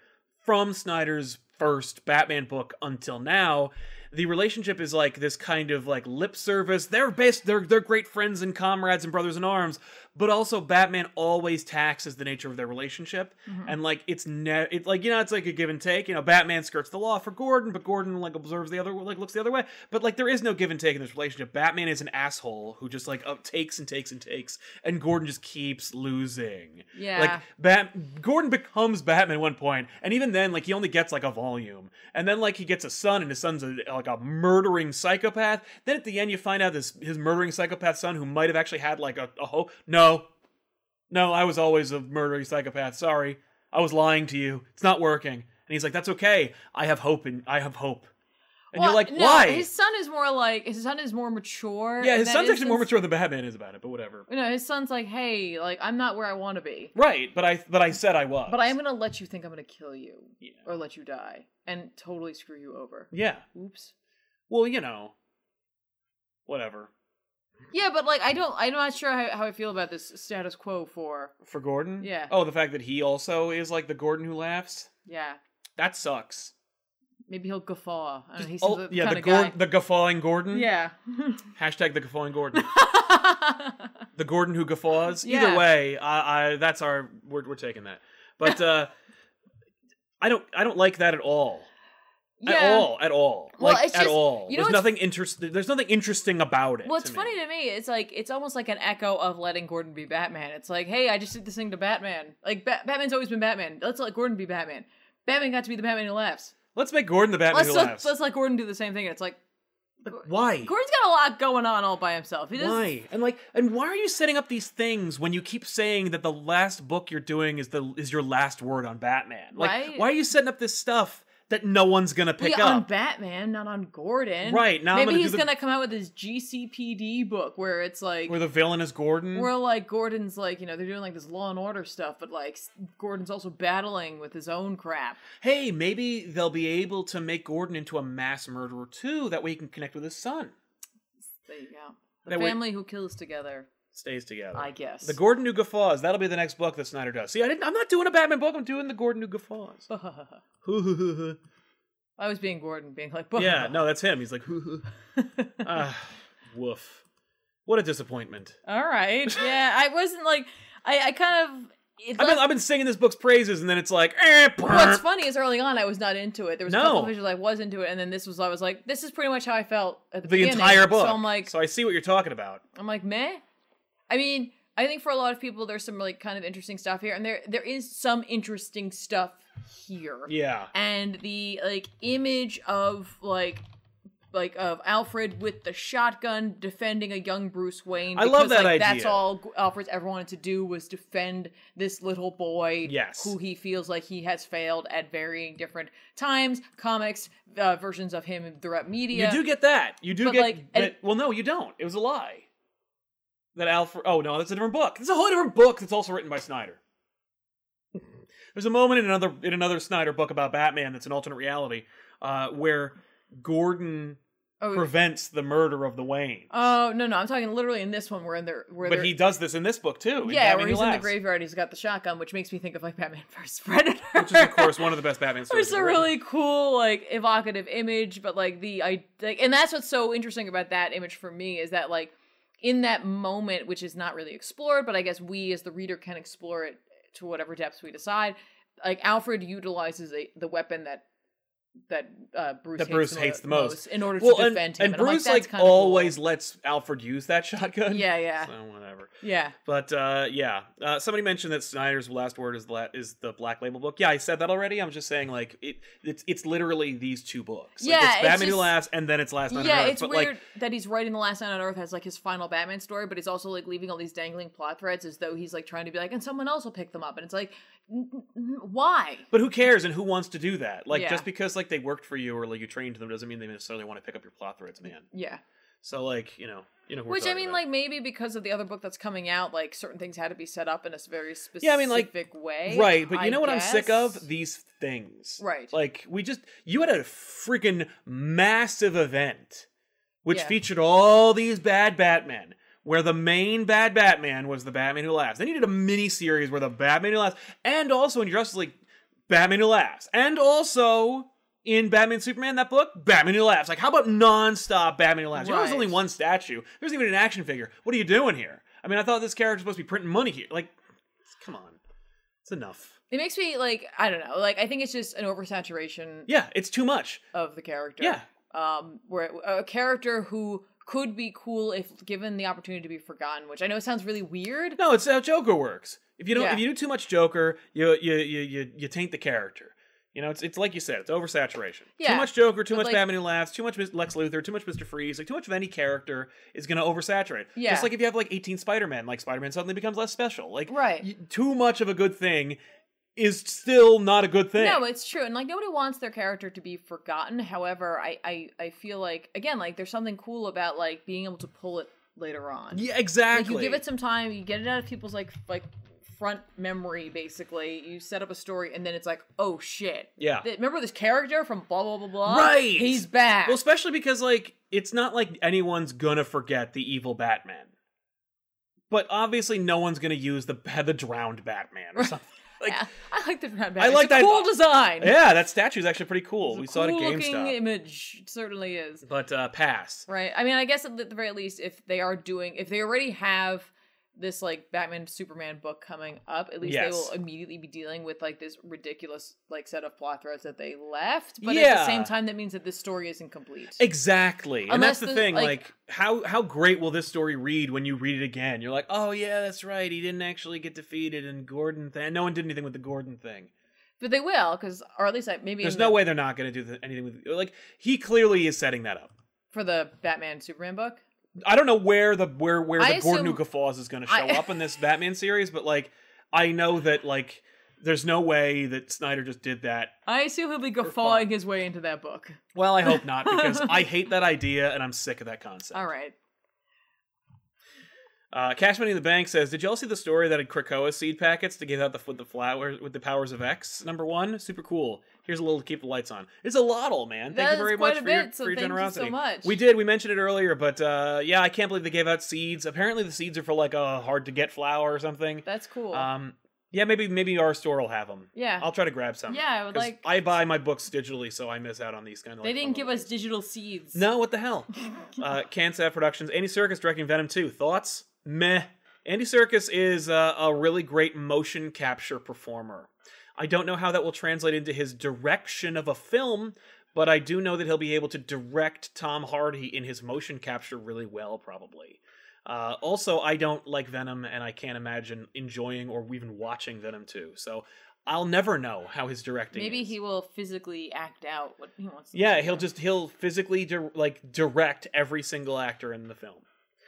Speaker 1: from snyder's first batman book until now the relationship is like this kind of like lip service. They're best. They're they're great friends and comrades and brothers in arms. But also, Batman always taxes the nature of their relationship, and like it's ne- it's like you know it's like a give and take. You know, Batman skirts the law for Gordon, but Gordon like observes the other like looks the other way. But like there is no give and take in this relationship. Batman is an asshole who just like up takes and takes and takes, and Gordon just keeps losing.
Speaker 2: Yeah.
Speaker 1: Like Bat Gordon becomes Batman at one point, and even then, like he only gets like a volume, and then like he gets a son, and his son's a, like a murdering psychopath. Then at the end, you find out this his murdering psychopath son, who might have actually had like a, a hope. No, no, I was always a murdering psychopath. Sorry, I was lying to you. It's not working. And he's like, "That's okay. I have hope, and I have hope." And
Speaker 2: Well,
Speaker 1: you're like,
Speaker 2: no,
Speaker 1: "Why?"
Speaker 2: His son is more like his son is more mature.
Speaker 1: yeah,
Speaker 2: in
Speaker 1: his
Speaker 2: that
Speaker 1: son's actually more
Speaker 2: instance.
Speaker 1: mature than Batman is about it, but whatever.
Speaker 2: You know, his son's like, hey, like I'm not where I want to be,
Speaker 1: Right, but I but I said I was.
Speaker 2: but I am gonna let you think I'm gonna kill you
Speaker 1: Yeah.
Speaker 2: or let you die and totally screw you over.
Speaker 1: yeah.
Speaker 2: Oops.
Speaker 1: Well, you know, whatever.
Speaker 2: Yeah, but like I don't, I'm not sure how, how I feel about this status quo for
Speaker 1: For Gordon?
Speaker 2: Yeah.
Speaker 1: Oh, the fact that he also is like the Gordon who laughs?
Speaker 2: yeah.
Speaker 1: That sucks.
Speaker 2: Maybe he'll guffaw. I don't know, he seems
Speaker 1: Oh,
Speaker 2: like the
Speaker 1: yeah, the,
Speaker 2: kind
Speaker 1: Mm.
Speaker 2: of
Speaker 1: Gor-
Speaker 2: guy.
Speaker 1: the guffawing Gordon?
Speaker 2: Yeah.
Speaker 1: Hashtag the guffawing Gordon. the Gordon who guffaws? Either
Speaker 2: Yeah.
Speaker 1: way, I, I, that's our, we're, we're taking that. But, uh, I don't, I don't like that at all. At all, at all.
Speaker 2: Well,
Speaker 1: like,
Speaker 2: it's
Speaker 1: at
Speaker 2: just-
Speaker 1: all.
Speaker 2: you know
Speaker 1: there's
Speaker 2: what's-
Speaker 1: nothing interesting, there's nothing interesting about it.
Speaker 2: Well, it's
Speaker 1: to me.
Speaker 2: funny to me. It's like it's almost like an echo of letting Gordon be Batman. It's like, hey, I just did this thing to Batman. Like ba- Batman's always been Batman. Let's let Gordon be Batman. Batman got to be the Batman who laughs.
Speaker 1: Let's make Gordon the Batman
Speaker 2: let's
Speaker 1: who
Speaker 2: let,
Speaker 1: laughs.
Speaker 2: let's let Gordon do the same thing. And it's like
Speaker 1: But why?
Speaker 2: Gordon's got a lot going on all by himself. He just,
Speaker 1: why and like and why are you setting up these things when you keep saying that the last book you're doing is the is your last word on batman like
Speaker 2: Right?
Speaker 1: why are you setting up this stuff that no one's gonna
Speaker 2: Well,
Speaker 1: pick
Speaker 2: yeah, on
Speaker 1: up
Speaker 2: Batman, not on Gordon.
Speaker 1: Right, now I'm
Speaker 2: maybe
Speaker 1: gonna do
Speaker 2: he's
Speaker 1: the-
Speaker 2: gonna come out with his GCPD book where it's like
Speaker 1: where the villain is gordon
Speaker 2: where like Gordon's like you know they're doing like this Law and Order stuff, but like s- Gordon's also battling with his own crap.
Speaker 1: hey maybe they'll be able to make gordon into a mass murderer too that way he can connect with his son
Speaker 2: There you go. The
Speaker 1: That way-
Speaker 2: family who kills together.
Speaker 1: stays together
Speaker 2: I guess.
Speaker 1: the gordon who guffaws that'll be the next book that snyder does see i didn't i'm not doing a batman book i'm doing the gordon who guffaws
Speaker 2: I was being Gordon, being like,
Speaker 1: yeah no that's him he's like hoo hoo ah, woof what a disappointment
Speaker 2: All right. Yeah, I wasn't like, I, I kind of. It's
Speaker 1: I've
Speaker 2: like,
Speaker 1: been, I've been singing this book's praises, and then it's like, eh, brr.
Speaker 2: what's funny is early on I was not into it. There was a couple
Speaker 1: No.
Speaker 2: of issues I was into it, and then this was I was like, this is pretty much how I felt at the,
Speaker 1: the
Speaker 2: beginning.
Speaker 1: entire book.
Speaker 2: So I'm like,
Speaker 1: so I see what you're talking about.
Speaker 2: I'm like, meh. I mean, I think for a lot of people, there's some like kind of interesting stuff here, and there there is some interesting stuff here.
Speaker 1: Yeah,
Speaker 2: and the like image of like like of Alfred with the shotgun defending a young Bruce Wayne.
Speaker 1: I love that
Speaker 2: like, That's
Speaker 1: idea.
Speaker 2: all Alfred's ever wanted to do was defend this little boy,
Speaker 1: Yes.
Speaker 2: who he feels like he has failed at varying different times, comics uh, versions of him throughout media.
Speaker 1: you do get that. You do
Speaker 2: uh, But,
Speaker 1: get
Speaker 2: like,
Speaker 1: that.
Speaker 2: and-
Speaker 1: well, no, you don't. It was a lie. That Alfred. Oh no, that's a different book. It's a whole different book that's also written by Snyder. There's a moment in another in another Snyder book about Batman that's an alternate reality, uh, where Gordon
Speaker 2: Oh,
Speaker 1: prevents the murder of the Wayne.
Speaker 2: oh, no, no, I'm talking literally in this one where in there where
Speaker 1: but
Speaker 2: they're-
Speaker 1: he does this in this book too. in
Speaker 2: yeah,
Speaker 1: Batman
Speaker 2: where
Speaker 1: Who
Speaker 2: he's in the
Speaker 1: Laughs,
Speaker 2: graveyard, and he's got the shotgun, which makes me think of like Batman vs Predator,
Speaker 1: which is of course one of the best Batman stories.
Speaker 2: It's a
Speaker 1: ever written.
Speaker 2: really cool, like evocative image, but like the I like, and that's what's so interesting about that image for me is that like in that moment, which is not really explored, but I guess we as the reader can explore it to whatever depths we decide. Like Alfred utilizes a, the weapon that that uh, Bruce
Speaker 1: That
Speaker 2: hates
Speaker 1: Bruce
Speaker 2: the
Speaker 1: hates the most.
Speaker 2: in order
Speaker 1: well,
Speaker 2: to
Speaker 1: and,
Speaker 2: defend him.
Speaker 1: and
Speaker 2: I'm
Speaker 1: Bruce
Speaker 2: like,
Speaker 1: like,
Speaker 2: that's kinda cool.
Speaker 1: always lets Alfred use that shotgun.
Speaker 2: yeah, yeah,
Speaker 1: So whatever.
Speaker 2: yeah.
Speaker 1: But uh, yeah, uh, somebody mentioned that Snyder's last word is the la- is the Black Label book. Yeah, I said that already. I'm just saying like it it's it's literally these two books. Like,
Speaker 2: Yeah,
Speaker 1: it's
Speaker 2: it's
Speaker 1: Batman Who
Speaker 2: just-
Speaker 1: Laughs and then it's Last Night
Speaker 2: yeah,
Speaker 1: on Earth.
Speaker 2: it's
Speaker 1: but
Speaker 2: weird
Speaker 1: like
Speaker 2: that he's writing the last night on Earth as like his final Batman story, but he's also like leaving all these dangling plot threads as though he's like trying to be like, and someone else will pick them up, and it's like, n- n- n- why?
Speaker 1: but who cares and who wants to do that? Like
Speaker 2: Yeah.
Speaker 1: just because like they worked for you or like you trained them doesn't mean they necessarily want to pick up your plot threads, man.
Speaker 2: Yeah,
Speaker 1: So like, you know, you know who we're
Speaker 2: which I
Speaker 1: talking
Speaker 2: mean,
Speaker 1: about.
Speaker 2: like maybe because of the other book that's coming out, like certain things had to be set up in a s- very specific
Speaker 1: Yeah, I mean, like,
Speaker 2: way,
Speaker 1: Right, but
Speaker 2: I
Speaker 1: you know what I'm sick
Speaker 2: guess?
Speaker 1: of? These things.
Speaker 2: Right.
Speaker 1: Like we just you had a freaking massive event which
Speaker 2: Yeah.
Speaker 1: featured all these bad Batmen. Where the main bad Batman was the Batman Who Laughs. Then you did a mini series where the Batman Who Laughs, and also in Justice League, Batman Who Laughs, and also in Batman Superman, that book, Batman Who Laughs. Like, how about nonstop Batman Who Laughs? You know, there's
Speaker 2: Right.
Speaker 1: only one statue. There's even an action figure. What are you doing here? I mean, I thought this character's supposed to be printing money here. Like, come on, it's enough.
Speaker 2: It makes me like I don't know. Like I think it's just an oversaturation
Speaker 1: Yeah, it's too much.
Speaker 2: of the character.
Speaker 1: Yeah,
Speaker 2: Um, where a character who could be cool if given the opportunity to be forgotten, which I know sounds really weird.
Speaker 1: no, it's how Joker works. If you don't,
Speaker 2: Yeah.
Speaker 1: if you do too much Joker, you you you you, you taint the character. You know, it's it's like you said, it's oversaturation. Too
Speaker 2: Yeah.
Speaker 1: much Joker, too
Speaker 2: But,
Speaker 1: much
Speaker 2: like-
Speaker 1: Batman Who Laughs, too much Mis- Lex Luthor, too much Mister Freeze. Like too much of any character is going to oversaturate.
Speaker 2: Yeah.
Speaker 1: Just like if you have like 18 Spider-Man, like Spider-Man suddenly becomes less special. Like
Speaker 2: Right.
Speaker 1: y- too much of a good thing is still not a good thing.
Speaker 2: No, it's true. And like nobody wants their character to be forgotten. However, I, I I feel like again, like there's something cool about like being able to pull it later on.
Speaker 1: yeah, exactly.
Speaker 2: Like you give it some time, you get it out of people's like like front memory basically. You set up a story and then it's like, "Oh shit.
Speaker 1: yeah.
Speaker 2: Th- Remember this character from blah blah blah blah?
Speaker 1: Right.
Speaker 2: He's back."
Speaker 1: Well, especially because like it's not like anyone's gonna forget the evil Batman, but obviously no one's gonna use the the drowned Batman or something. like-
Speaker 2: Yeah, I like the Batman.
Speaker 1: I like
Speaker 2: it's a
Speaker 1: that-
Speaker 2: cool design.
Speaker 1: yeah, that statue's actually pretty cool.
Speaker 2: It's a
Speaker 1: we saw it at
Speaker 2: cool looking
Speaker 1: GameStop,
Speaker 2: image. It certainly is.
Speaker 1: but uh, pass.
Speaker 2: Right. I mean, I guess at the very least, if they are doing, if they already have this like Batman Superman book coming up, at least they
Speaker 1: Yes.
Speaker 2: will immediately be dealing with like this ridiculous like set of plot threads that they left. But at the
Speaker 1: Yeah.
Speaker 2: same time, that means that this story is incomplete.
Speaker 1: Exactly, and
Speaker 2: Unless
Speaker 1: that's the,
Speaker 2: the-
Speaker 1: thing.
Speaker 2: like-
Speaker 1: Like, how how great will this story read when you read it again? You're like, oh yeah, that's right. He didn't actually get defeated, and Gordon thing. No one did anything with the Gordon thing.
Speaker 2: but they will, because or at least I, maybe
Speaker 1: There's
Speaker 2: in
Speaker 1: no
Speaker 2: the-
Speaker 1: way they're not going to do the, anything with like he clearly is setting that up.
Speaker 2: for the Batman Superman book.
Speaker 1: I don't know where the where where the
Speaker 2: I
Speaker 1: Gordon
Speaker 2: assume-
Speaker 1: Who Guffaws is going to show
Speaker 2: I-
Speaker 1: up in this Batman series, but like I know that like there's no way that Snyder just did that.
Speaker 2: I assume he'll be
Speaker 1: fun.
Speaker 2: guffawing his way into that book.
Speaker 1: Well, I hope not because I hate that idea and I'm sick of that concept.
Speaker 2: All right.
Speaker 1: Uh, Cash Money in the Bank says, "Did y'all see the story that had Krakoa seed packets to give out the, with the flowers with the powers of X? Number one, super cool. Here's a little to keep the lights on. It's a lottle, man. Thank
Speaker 2: That
Speaker 1: you
Speaker 2: is
Speaker 1: very
Speaker 2: quite
Speaker 1: much
Speaker 2: a
Speaker 1: for your,
Speaker 2: bit, so
Speaker 1: for your
Speaker 2: thank you so
Speaker 1: generosity.
Speaker 2: much.
Speaker 1: We did. We mentioned it earlier, but uh, yeah, I can't believe they gave out seeds. Apparently, the seeds are for like a hard to get flower or something.
Speaker 2: That's cool.
Speaker 1: Um, yeah, maybe maybe our store will have them.
Speaker 2: yeah.
Speaker 1: I'll try to grab some.
Speaker 2: Yeah, I would
Speaker 1: 'Cause
Speaker 2: like-
Speaker 1: I buy my books digitally, so I miss out on these kind of.
Speaker 2: they
Speaker 1: like,
Speaker 2: didn't
Speaker 1: fun
Speaker 2: give
Speaker 1: little-
Speaker 2: us digital seeds.
Speaker 1: No, what the hell? uh, Can't Sav Productions. Andy Circus directing Venom Two. Thoughts? Meh. Andy Circus is uh, a really great motion capture performer. I don't know how that will translate into his direction of a film, but I do know that he'll be able to direct Tom Hardy in his motion capture really well, probably. Uh, also, I don't like Venom, and I can't imagine enjoying or even watching Venom 2. So I'll never know how his directing.
Speaker 2: Maybe
Speaker 1: is.
Speaker 2: he will physically act out what he wants. to
Speaker 1: Yeah,
Speaker 2: do.
Speaker 1: he'll just he'll physically di- like direct every single actor in the film.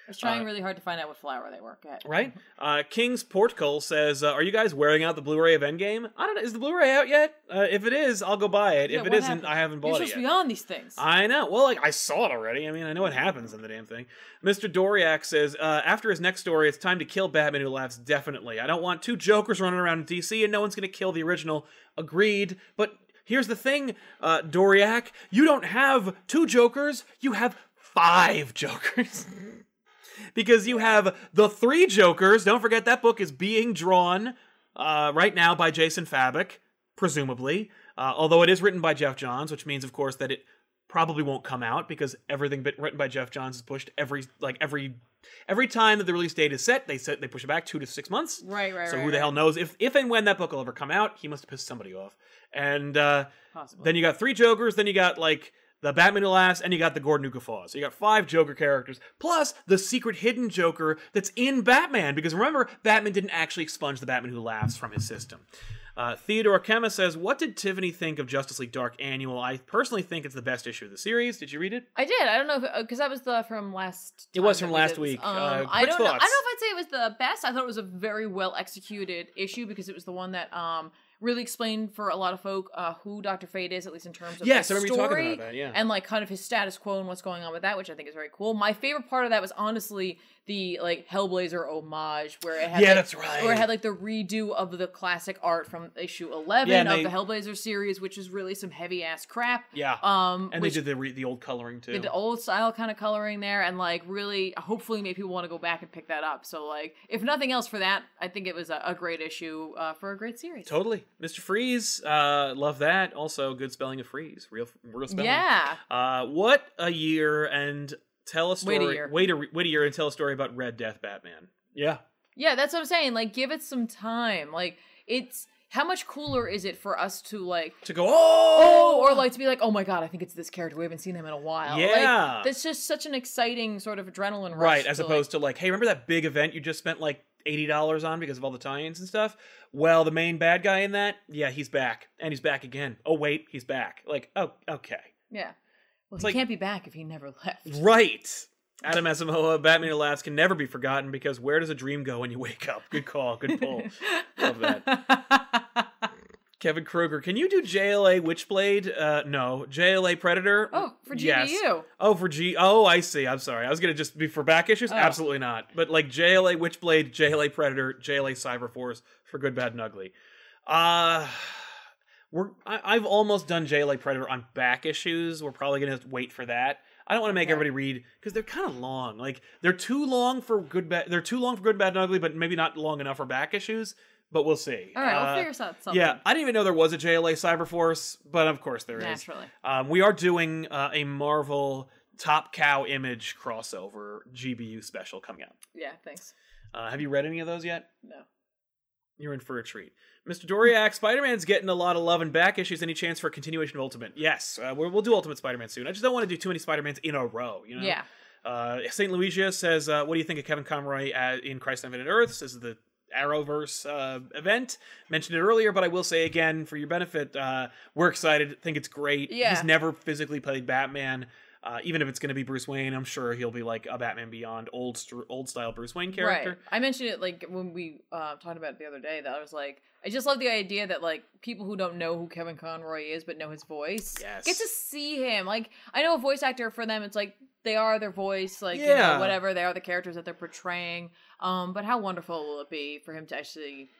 Speaker 2: I was trying
Speaker 1: uh,
Speaker 2: really hard to find out what flower they work at.
Speaker 1: Right? Uh, King's Portcull says, uh, "Are you guys wearing out the Blu-ray of Endgame? I don't know. Is the Blu-ray out yet? Uh, if it is, I'll go buy it.
Speaker 2: Yeah,
Speaker 1: if it
Speaker 2: what
Speaker 1: isn't,
Speaker 2: happened?
Speaker 1: I haven't
Speaker 2: You're
Speaker 1: bought it
Speaker 2: supposed
Speaker 1: yet."
Speaker 2: to be on these things.
Speaker 1: I know. Well, like I saw it already. I mean, I know it happens in the damn thing. Mr. Doriak says, uh, after his next story, it's time to kill Batman Who Laughs. Definitely. I don't want two Jokers running around in DC, and no one's going to kill the original. Agreed. But here's the thing, uh, Doriak, you don't have two Jokers. You have five Jokers. because you have the three Jokers. Don't forget that book is being drawn uh, right now by Jason Fabic, presumably. Uh, although it is written by Jeff Johns, which means, of course, that it probably won't come out because everything bit written by Jeff Johns is pushed every like every every time that the release date is set. They set they push it back two to six months.
Speaker 2: right, right,
Speaker 1: so
Speaker 2: right.
Speaker 1: who the
Speaker 2: right.
Speaker 1: hell knows if if and when that book will ever come out? He must have pissed somebody off. And uh,
Speaker 2: Possible.
Speaker 1: then you got three Jokers. Then you got like the Batman Who Laughs, and you got the Gordon Who Guffaws. So you got five Joker characters plus the secret hidden Joker that's in Batman. Because remember, Batman didn't actually expunge the Batman Who Laughs from his system. Uh, Theodore Kemma says, "What did Tiffany think of Justice League Dark Annual? I personally think it's the best issue of the series. Did you read it?
Speaker 2: I did. I don't know because that was the from last.
Speaker 1: It was
Speaker 2: time
Speaker 1: from
Speaker 2: that we
Speaker 1: last
Speaker 2: did this.
Speaker 1: week.
Speaker 2: Um,
Speaker 1: Uh,
Speaker 2: I
Speaker 1: quick
Speaker 2: don't know. I don't know if
Speaker 1: thoughts.
Speaker 2: I'd say it was the best. I thought it was a very well executed issue because it was the one that um really explained for a lot of folk uh, who Doctor Fate is, at least in terms of
Speaker 1: yes, I
Speaker 2: the
Speaker 1: remember
Speaker 2: story.
Speaker 1: you talking about that. Yeah,
Speaker 2: and like kind of his status quo and what's going on with that, which I think is very cool. My favorite part of that was honestly the like Hellblazer homage, where it had
Speaker 1: yeah,
Speaker 2: like,
Speaker 1: that's right.
Speaker 2: where it had like the redo of the classic art from issue eleven
Speaker 1: Yeah,
Speaker 2: of
Speaker 1: and they-
Speaker 2: the Hellblazer series, which is really some heavy ass crap.
Speaker 1: yeah,
Speaker 2: Um,
Speaker 1: and
Speaker 2: which
Speaker 1: they did the re- the old coloring too.
Speaker 2: did the old style kind of coloring there, and like really hopefully made people want to go back and pick that up. So like if nothing else for that, I think it was a, a great issue uh, for a great series.
Speaker 1: Totally. Mr. Freeze, uh, love that. Also, good spelling of Freeze. Real, real spelling.
Speaker 2: Yeah.
Speaker 1: Uh, what a year and tell a story.
Speaker 2: Wait a year.
Speaker 1: Wait a, wait a year and tell a story about Red Death Batman. Yeah.
Speaker 2: Yeah, that's what I'm saying. Like, give it some time. Like, it's how much cooler is it for us to like,
Speaker 1: To go, oh!
Speaker 2: oh, or like to be like, oh my god, I think it's this character. We haven't seen him in a while.
Speaker 1: Yeah.
Speaker 2: like, that's just such an exciting sort of adrenaline
Speaker 1: Uh,
Speaker 2: rush.
Speaker 1: Right, as
Speaker 2: to, like-
Speaker 1: opposed to like, hey, remember that big event you just spent like $80 on because of all the tie ins and stuff? Well, the main bad guy in that, yeah, he's back. And he's back again. Oh, wait, he's back. Like, oh, okay.
Speaker 2: yeah. Well,
Speaker 1: It's
Speaker 2: he
Speaker 1: like-
Speaker 2: can't be back if he never left.
Speaker 1: Right. Adam Asamoah, Batman Who Laughs can never be forgotten because where does a dream go when you wake up? Good call, good pull. Love
Speaker 2: that.
Speaker 1: Kevin Kroger, can you do JLA Witchblade? Uh, no. JLA Predator?
Speaker 2: oh, for GBU.
Speaker 1: Yes. Oh, for G. Oh, I see. I'm sorry. I was gonna just be for back issues.
Speaker 2: Oh.
Speaker 1: Absolutely not. But like JLA Witchblade, JLA Predator, JLA Cyberforce for good, bad, and ugly. Uh we're I, I've almost done JLA Predator on back issues. We're probably gonna have to wait for that. I don't want to make
Speaker 2: Okay.
Speaker 1: everybody read because they're kind of long. Like they're too long for good, bad. They're too long for good, bad, and ugly, but maybe not long enough for back issues. But we'll see.
Speaker 2: All right,
Speaker 1: Uh,
Speaker 2: I'll figure out something.
Speaker 1: yeah, I didn't even know there was a JLA Cyberforce, but of course there is.
Speaker 2: naturally.
Speaker 1: Um, we are doing uh, a Marvel Top Cow Image crossover GBU special coming up.
Speaker 2: Yeah, thanks.
Speaker 1: Uh, have you read any of those yet?
Speaker 2: No.
Speaker 1: You're in for a treat. Mr. Doriak, Spider Man's getting a lot of love and back issues. Any chance for a continuation of Ultimate? Yes, uh, we'll, we'll do Ultimate Spider Man soon. I just don't want to do too many Spider Mans in a row, you know?
Speaker 2: Yeah.
Speaker 1: Uh, St. Lucia says, uh, What do you think of Kevin Conroy at, in Christ on Infinite Earths? This is the Arrowverse uh, event. Mentioned it earlier, but I will say again for your benefit, uh, we're excited. Think it's great.
Speaker 2: Yeah.
Speaker 1: He's never physically played Batman. Uh, even if it's going to be Bruce Wayne, I'm sure he'll be like a Batman Beyond old st- old style Bruce Wayne character.
Speaker 2: Right. I mentioned it like when we uh, talked about it the other day that I was like, I just love the idea that like people who don't know who Kevin Conroy is but know his voice
Speaker 1: Yes.
Speaker 2: get to see him. Like I know a voice actor for them, it's like they are their voice, like you know,
Speaker 1: Yeah.
Speaker 2: whatever they are, the characters that they're portraying. Um, but how wonderful will it be for him to actually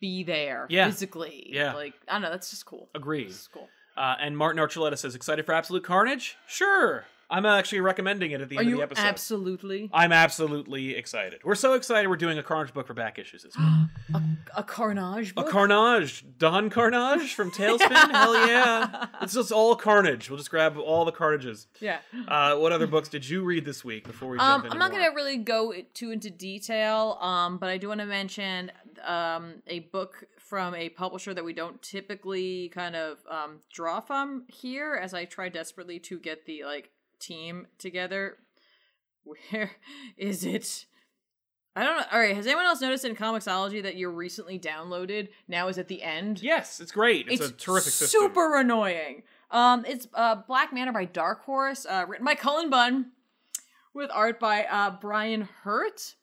Speaker 2: be there
Speaker 1: Yeah.
Speaker 2: physically?
Speaker 1: Yeah.
Speaker 2: Like I don't know, that's just cool.
Speaker 1: Agreed.
Speaker 2: It's cool.
Speaker 1: Uh, and Martin Archuleta says, "Excited for Absolute Carnage? Sure. I'm actually recommending it at the
Speaker 2: Are
Speaker 1: end of
Speaker 2: you
Speaker 1: the episode. Uh,
Speaker 2: absolutely
Speaker 1: I'm absolutely excited. We're so excited. We're doing a Carnage book for back issues this week.
Speaker 2: a, a carnage?
Speaker 1: A
Speaker 2: book?
Speaker 1: Carnage, Don Carnage from Tailspin. Hell yeah! It's just all Carnage. We'll just grab all the Carnages.
Speaker 2: yeah.
Speaker 1: Uh, what other books did you read this week before we jump
Speaker 2: Um,
Speaker 1: into
Speaker 2: I'm not
Speaker 1: more?
Speaker 2: going to really go i- too into detail, um, but I do want to mention um, a book from a publisher that we don't typically kind of um, draw from here. As I try desperately to get the like team together, where is it? I don't know. All right, has anyone else noticed in Comixology that your recently downloaded now is at the end?
Speaker 1: Yes, it's great. It's, a terrific system.
Speaker 2: super annoying. Um, it's uh, Black Manor by Dark Horse, uh, written by Cullen Bunn, with art by uh, Brian Hurt.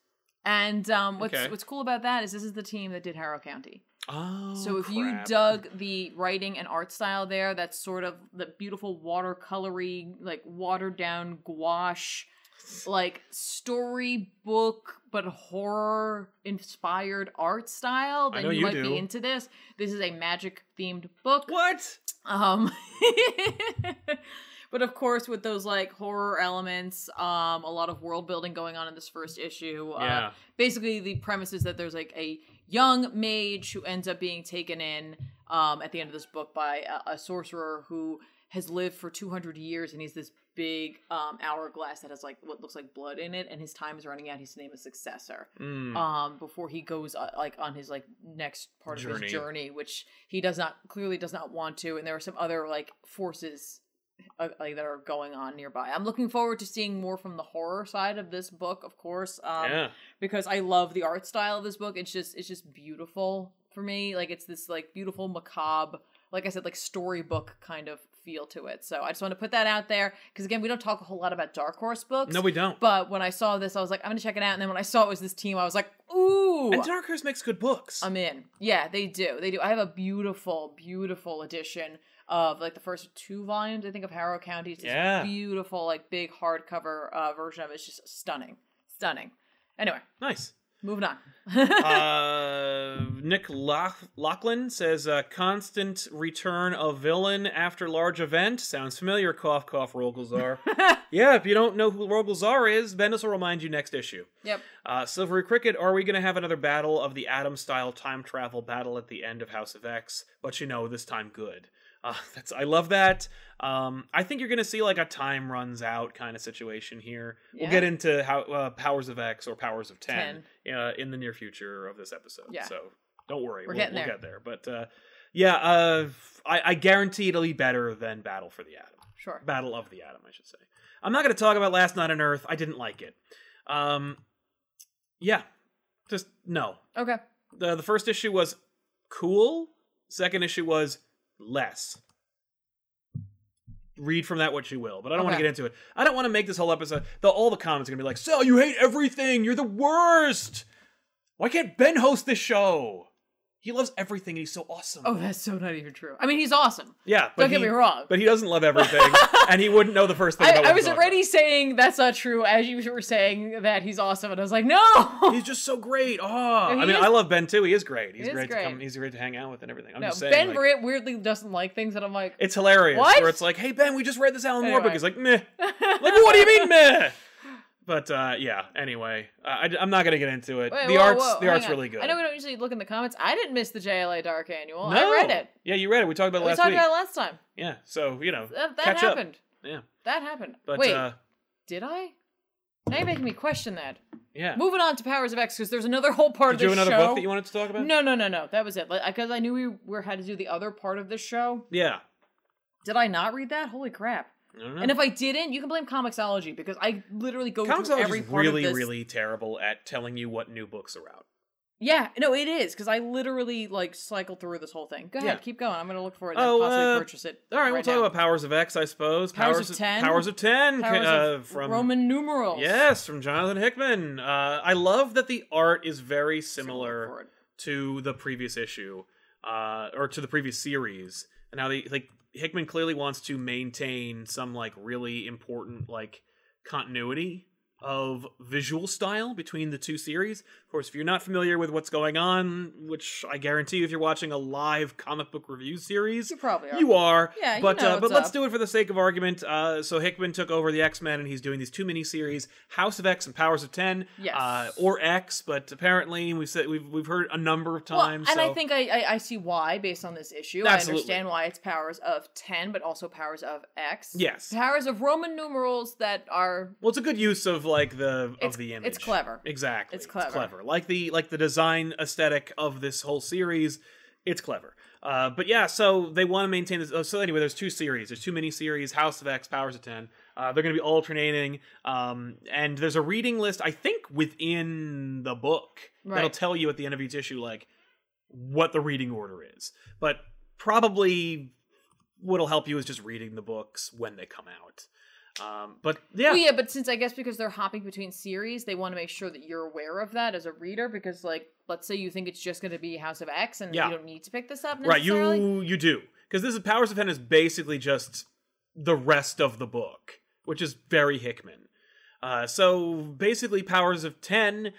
Speaker 2: And um, what's
Speaker 1: Okay.
Speaker 2: what's cool about that is this is the team that did Harrow County.
Speaker 1: Oh,
Speaker 2: so if you
Speaker 1: crap.
Speaker 2: dug the writing and art style there, that's sort of the beautiful watercolory, like watered down gouache, like storybook but horror inspired art style,
Speaker 1: I
Speaker 2: then
Speaker 1: know
Speaker 2: you
Speaker 1: you
Speaker 2: might
Speaker 1: do.
Speaker 2: be into this. This is a magic themed book.
Speaker 1: what?
Speaker 2: Um, but of course, with those like horror elements, um, a lot of world building going on in this first issue. Uh,
Speaker 1: yeah,
Speaker 2: basically, the premise is that there's like a young mage who ends up being taken in um, at the end of this book by a, a sorcerer who has lived for 200 years and he's this big um, hourglass that has like what looks like blood in it and his time is running out he's to name a successor
Speaker 1: Mm.
Speaker 2: um before he goes uh, like on his like next part of
Speaker 1: Journey.
Speaker 2: his journey which he does not clearly does not want to and there are some other like forces uh, like, that are going on nearby i'm looking forward to seeing more from the horror side of this book of course um
Speaker 1: yeah.
Speaker 2: because i love the art style of this book it's just it's just beautiful for me like it's this like beautiful macabre like i said like storybook kind of feel to it so i just want to put that out there because again we don't talk a whole lot about dark horse books
Speaker 1: No, we don't.
Speaker 2: but when I saw this, I was like, I'm gonna check it out. And then when I saw it was this team, I was like, ooh,
Speaker 1: and Dark Horse makes good books.
Speaker 2: I'm in. Yeah, they do. They do. I have a beautiful, beautiful edition of like the first two volumes, I think, of Harrow County. It's this
Speaker 1: Yeah.
Speaker 2: beautiful, like big hardcover uh, version of it. It's just stunning, stunning. Anyway,
Speaker 1: nice.
Speaker 2: Moving on.
Speaker 1: uh, Nick Lough- Lachlan says uh, constant return of villain after large event sounds familiar. Cough cough. Rogelzar. yeah, if you don't know who Rogelzar is, Bendis will remind you next issue.
Speaker 2: yep.
Speaker 1: Uh, Silvery Cricket, are we going to have another battle of the Atom style time travel battle at the end of House of X? But you know, this time good. Uh, that's I love that. Um, I think you're going to see like a time runs out kind of situation here.
Speaker 2: Yeah.
Speaker 1: We'll get into how uh, Powers of X or Powers of Ten,
Speaker 2: 10.
Speaker 1: Uh, in the near future of this episode.
Speaker 2: Yeah.
Speaker 1: So don't worry,
Speaker 2: We're
Speaker 1: we'll,
Speaker 2: getting
Speaker 1: we'll
Speaker 2: there.
Speaker 1: get there. But uh, yeah, uh, I, I guarantee it'll be better than Battle for the Atom.
Speaker 2: Sure.
Speaker 1: Battle of the Atom, I should say. I'm not going to talk about Last Night on Earth. I didn't like it. Um, yeah, just no.
Speaker 2: Okay.
Speaker 1: the The first issue was cool. Second issue was less. Read from that what you will, but I don't want to
Speaker 2: Okay.
Speaker 1: get into it. I don't want to make this whole episode. The, all the comments are going to be like, "So you hate everything. You're the worst. Why can't Ben host this show? He loves everything. and He's so awesome."
Speaker 2: Oh, that's so not even true. I mean, he's awesome.
Speaker 1: yeah, but
Speaker 2: Don't get
Speaker 1: he-
Speaker 2: me wrong.
Speaker 1: But he doesn't love everything, and he wouldn't know the first thing.
Speaker 2: I,
Speaker 1: about
Speaker 2: I
Speaker 1: what
Speaker 2: was
Speaker 1: we're talking
Speaker 2: already saying that's not true as you were saying that he's awesome, and I was like, no.
Speaker 1: He's just so great. Oh, I
Speaker 2: he
Speaker 1: mean,
Speaker 2: is-
Speaker 1: I love Ben too. He is great. He's
Speaker 2: He is
Speaker 1: great,
Speaker 2: great.
Speaker 1: to come. He's great to hang out with and everything. I'm
Speaker 2: no,
Speaker 1: just saying.
Speaker 2: Ben
Speaker 1: like,
Speaker 2: Britt weirdly doesn't like things, and I'm like,
Speaker 1: it's hilarious.
Speaker 2: What?
Speaker 1: Where it's like, hey Ben, we just read this Alan Moore book.
Speaker 2: Anyway.
Speaker 1: He's like, meh. like, what do you mean meh? But uh, yeah. Anyway, uh, I, am not gonna get into it.
Speaker 2: Wait,
Speaker 1: the
Speaker 2: whoa,
Speaker 1: arts,
Speaker 2: whoa,
Speaker 1: the
Speaker 2: hang
Speaker 1: art's
Speaker 2: on.
Speaker 1: really good.
Speaker 2: I know we don't usually look in the comments. I didn't miss the JLA Dark Annual.
Speaker 1: no,
Speaker 2: I read it.
Speaker 1: Yeah, you read it. We talked about it
Speaker 2: we
Speaker 1: last
Speaker 2: talked
Speaker 1: week.
Speaker 2: about it last time.
Speaker 1: yeah. So you know,
Speaker 2: That, that
Speaker 1: catch up.
Speaker 2: happened.
Speaker 1: Yeah.
Speaker 2: That happened.
Speaker 1: But
Speaker 2: Wait,
Speaker 1: uh,
Speaker 2: did I? Now you're making me question that.
Speaker 1: yeah.
Speaker 2: Moving on to Powers of X because there's another whole part
Speaker 1: Did
Speaker 2: of
Speaker 1: you
Speaker 2: the
Speaker 1: have another
Speaker 2: show.
Speaker 1: book that you wanted to talk about?
Speaker 2: no, no, no, no. That was it. Because I knew we were had to do the other part of this show.
Speaker 1: Yeah. Uh-huh.
Speaker 2: Did I not read that? Holy crap!
Speaker 1: I don't know.
Speaker 2: And if I didn't, you can blame Comixology because I literally go through
Speaker 1: Comicsology
Speaker 2: every
Speaker 1: is
Speaker 2: part
Speaker 1: really,
Speaker 2: of this.
Speaker 1: really terrible at telling you what new books are out.
Speaker 2: Yeah, no, it is because I literally like cycle through this whole thing. Go ahead,
Speaker 1: Yeah.
Speaker 2: keep going. I'm gonna look for it and
Speaker 1: Oh,
Speaker 2: possibly
Speaker 1: uh,
Speaker 2: purchase it.
Speaker 1: All right, we'll
Speaker 2: right
Speaker 1: talk
Speaker 2: now.
Speaker 1: about Powers of X, I suppose.
Speaker 2: Powers of 10?
Speaker 1: Powers of Ten. ca-
Speaker 2: Powers
Speaker 1: uh,
Speaker 2: of
Speaker 1: from
Speaker 2: Roman numerals.
Speaker 1: Yes, from Jonathan Hickman. Uh, I love that the art is very similar
Speaker 2: For it.
Speaker 1: to the previous issue, uh, or to the previous series, and how they like Hickman clearly wants to maintain some like really important like continuity of visual style between the two series. Of course, if you're not familiar with what's going on, which I guarantee you, if you're watching a live comic book review series,
Speaker 2: You probably are.
Speaker 1: you are.
Speaker 2: Yeah, you
Speaker 1: but
Speaker 2: know
Speaker 1: uh, but
Speaker 2: what's
Speaker 1: let's
Speaker 2: up.
Speaker 1: do it for the sake of argument. Uh, so Hickman took over the X Men, and he's doing these two miniseries, House of X and Powers of Ten,
Speaker 2: Yes.
Speaker 1: uh, or X. But apparently, we've said we've we've heard a number of
Speaker 2: Well,
Speaker 1: times.
Speaker 2: and
Speaker 1: so
Speaker 2: I think I, I I see why based on this issue. I
Speaker 1: Absolutely.
Speaker 2: understand why it's powers of ten, but also powers of X.
Speaker 1: yes,
Speaker 2: Powers of Roman numerals that are
Speaker 1: well, it's a good use of like the
Speaker 2: it's,
Speaker 1: of the image.
Speaker 2: It's clever.
Speaker 1: Exactly,
Speaker 2: It's clever.
Speaker 1: Like the like the design aesthetic of this whole series, it's clever. Uh, but yeah, so they want to maintain this. oh, So anyway, there's two series. There's two mini series: House of X, Powers of Ten. Uh, they're going to be alternating, um, and there's a reading list. I think within the book that'll
Speaker 2: Right.
Speaker 1: tell you at the end of each issue, like what the reading order is. But probably what'll help you is just reading the books when they come out. Um, but yeah,
Speaker 2: Well, yeah, but since I guess because they're hopping between series, they want to make sure that you're aware of that as a reader. Because like, let's say you think it's just going to be House of X, and
Speaker 1: Yeah.
Speaker 2: you don't need to pick this up.
Speaker 1: Right,
Speaker 2: necessarily.
Speaker 1: you you do because this is Powers of Ten is basically just the rest of the book, which is very Hickman. Uh, so basically, Powers of Ten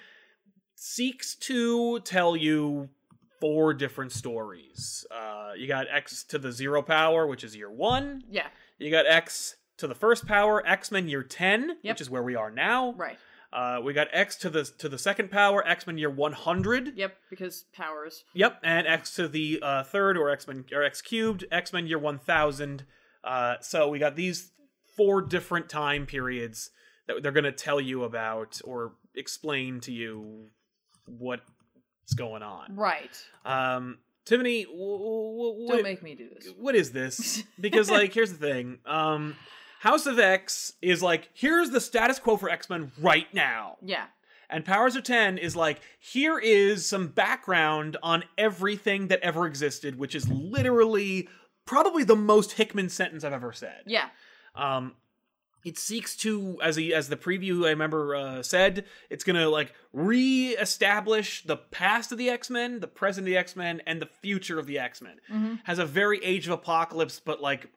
Speaker 1: seeks to tell you four different stories. Uh, you got X to the zero power, which is year one.
Speaker 2: Yeah.
Speaker 1: You got X to the first power, X Men year ten,
Speaker 2: Yep.
Speaker 1: which is where we are now.
Speaker 2: Right.
Speaker 1: Uh, we got X to the to the second power, X Men year one hundred.
Speaker 2: Yep. Because powers.
Speaker 1: Yep, and X to the uh, third or X Men or X cubed, X Men Year One Thousand. Uh, so we got these four different time periods that they're going to tell you about or explain to you what's going on.
Speaker 2: Right.
Speaker 1: Um, Tiffany, w- w-
Speaker 2: Don't
Speaker 1: what,
Speaker 2: make me do this.
Speaker 1: what is this? Because like, here's the thing. Um, House of X is like, here's the status quo for X Men right now.
Speaker 2: Yeah.
Speaker 1: And Powers of 10 is like, here is some background on everything that ever existed, which is literally probably the most Hickman sentence I've ever said.
Speaker 2: Yeah.
Speaker 1: Um, it seeks to, as a, as the preview I remember uh, said, it's gonna like reestablish the past of the X Men, the present of the X Men, and the future of the X Men.
Speaker 2: Mhm.
Speaker 1: Has a very Age of Apocalypse, but like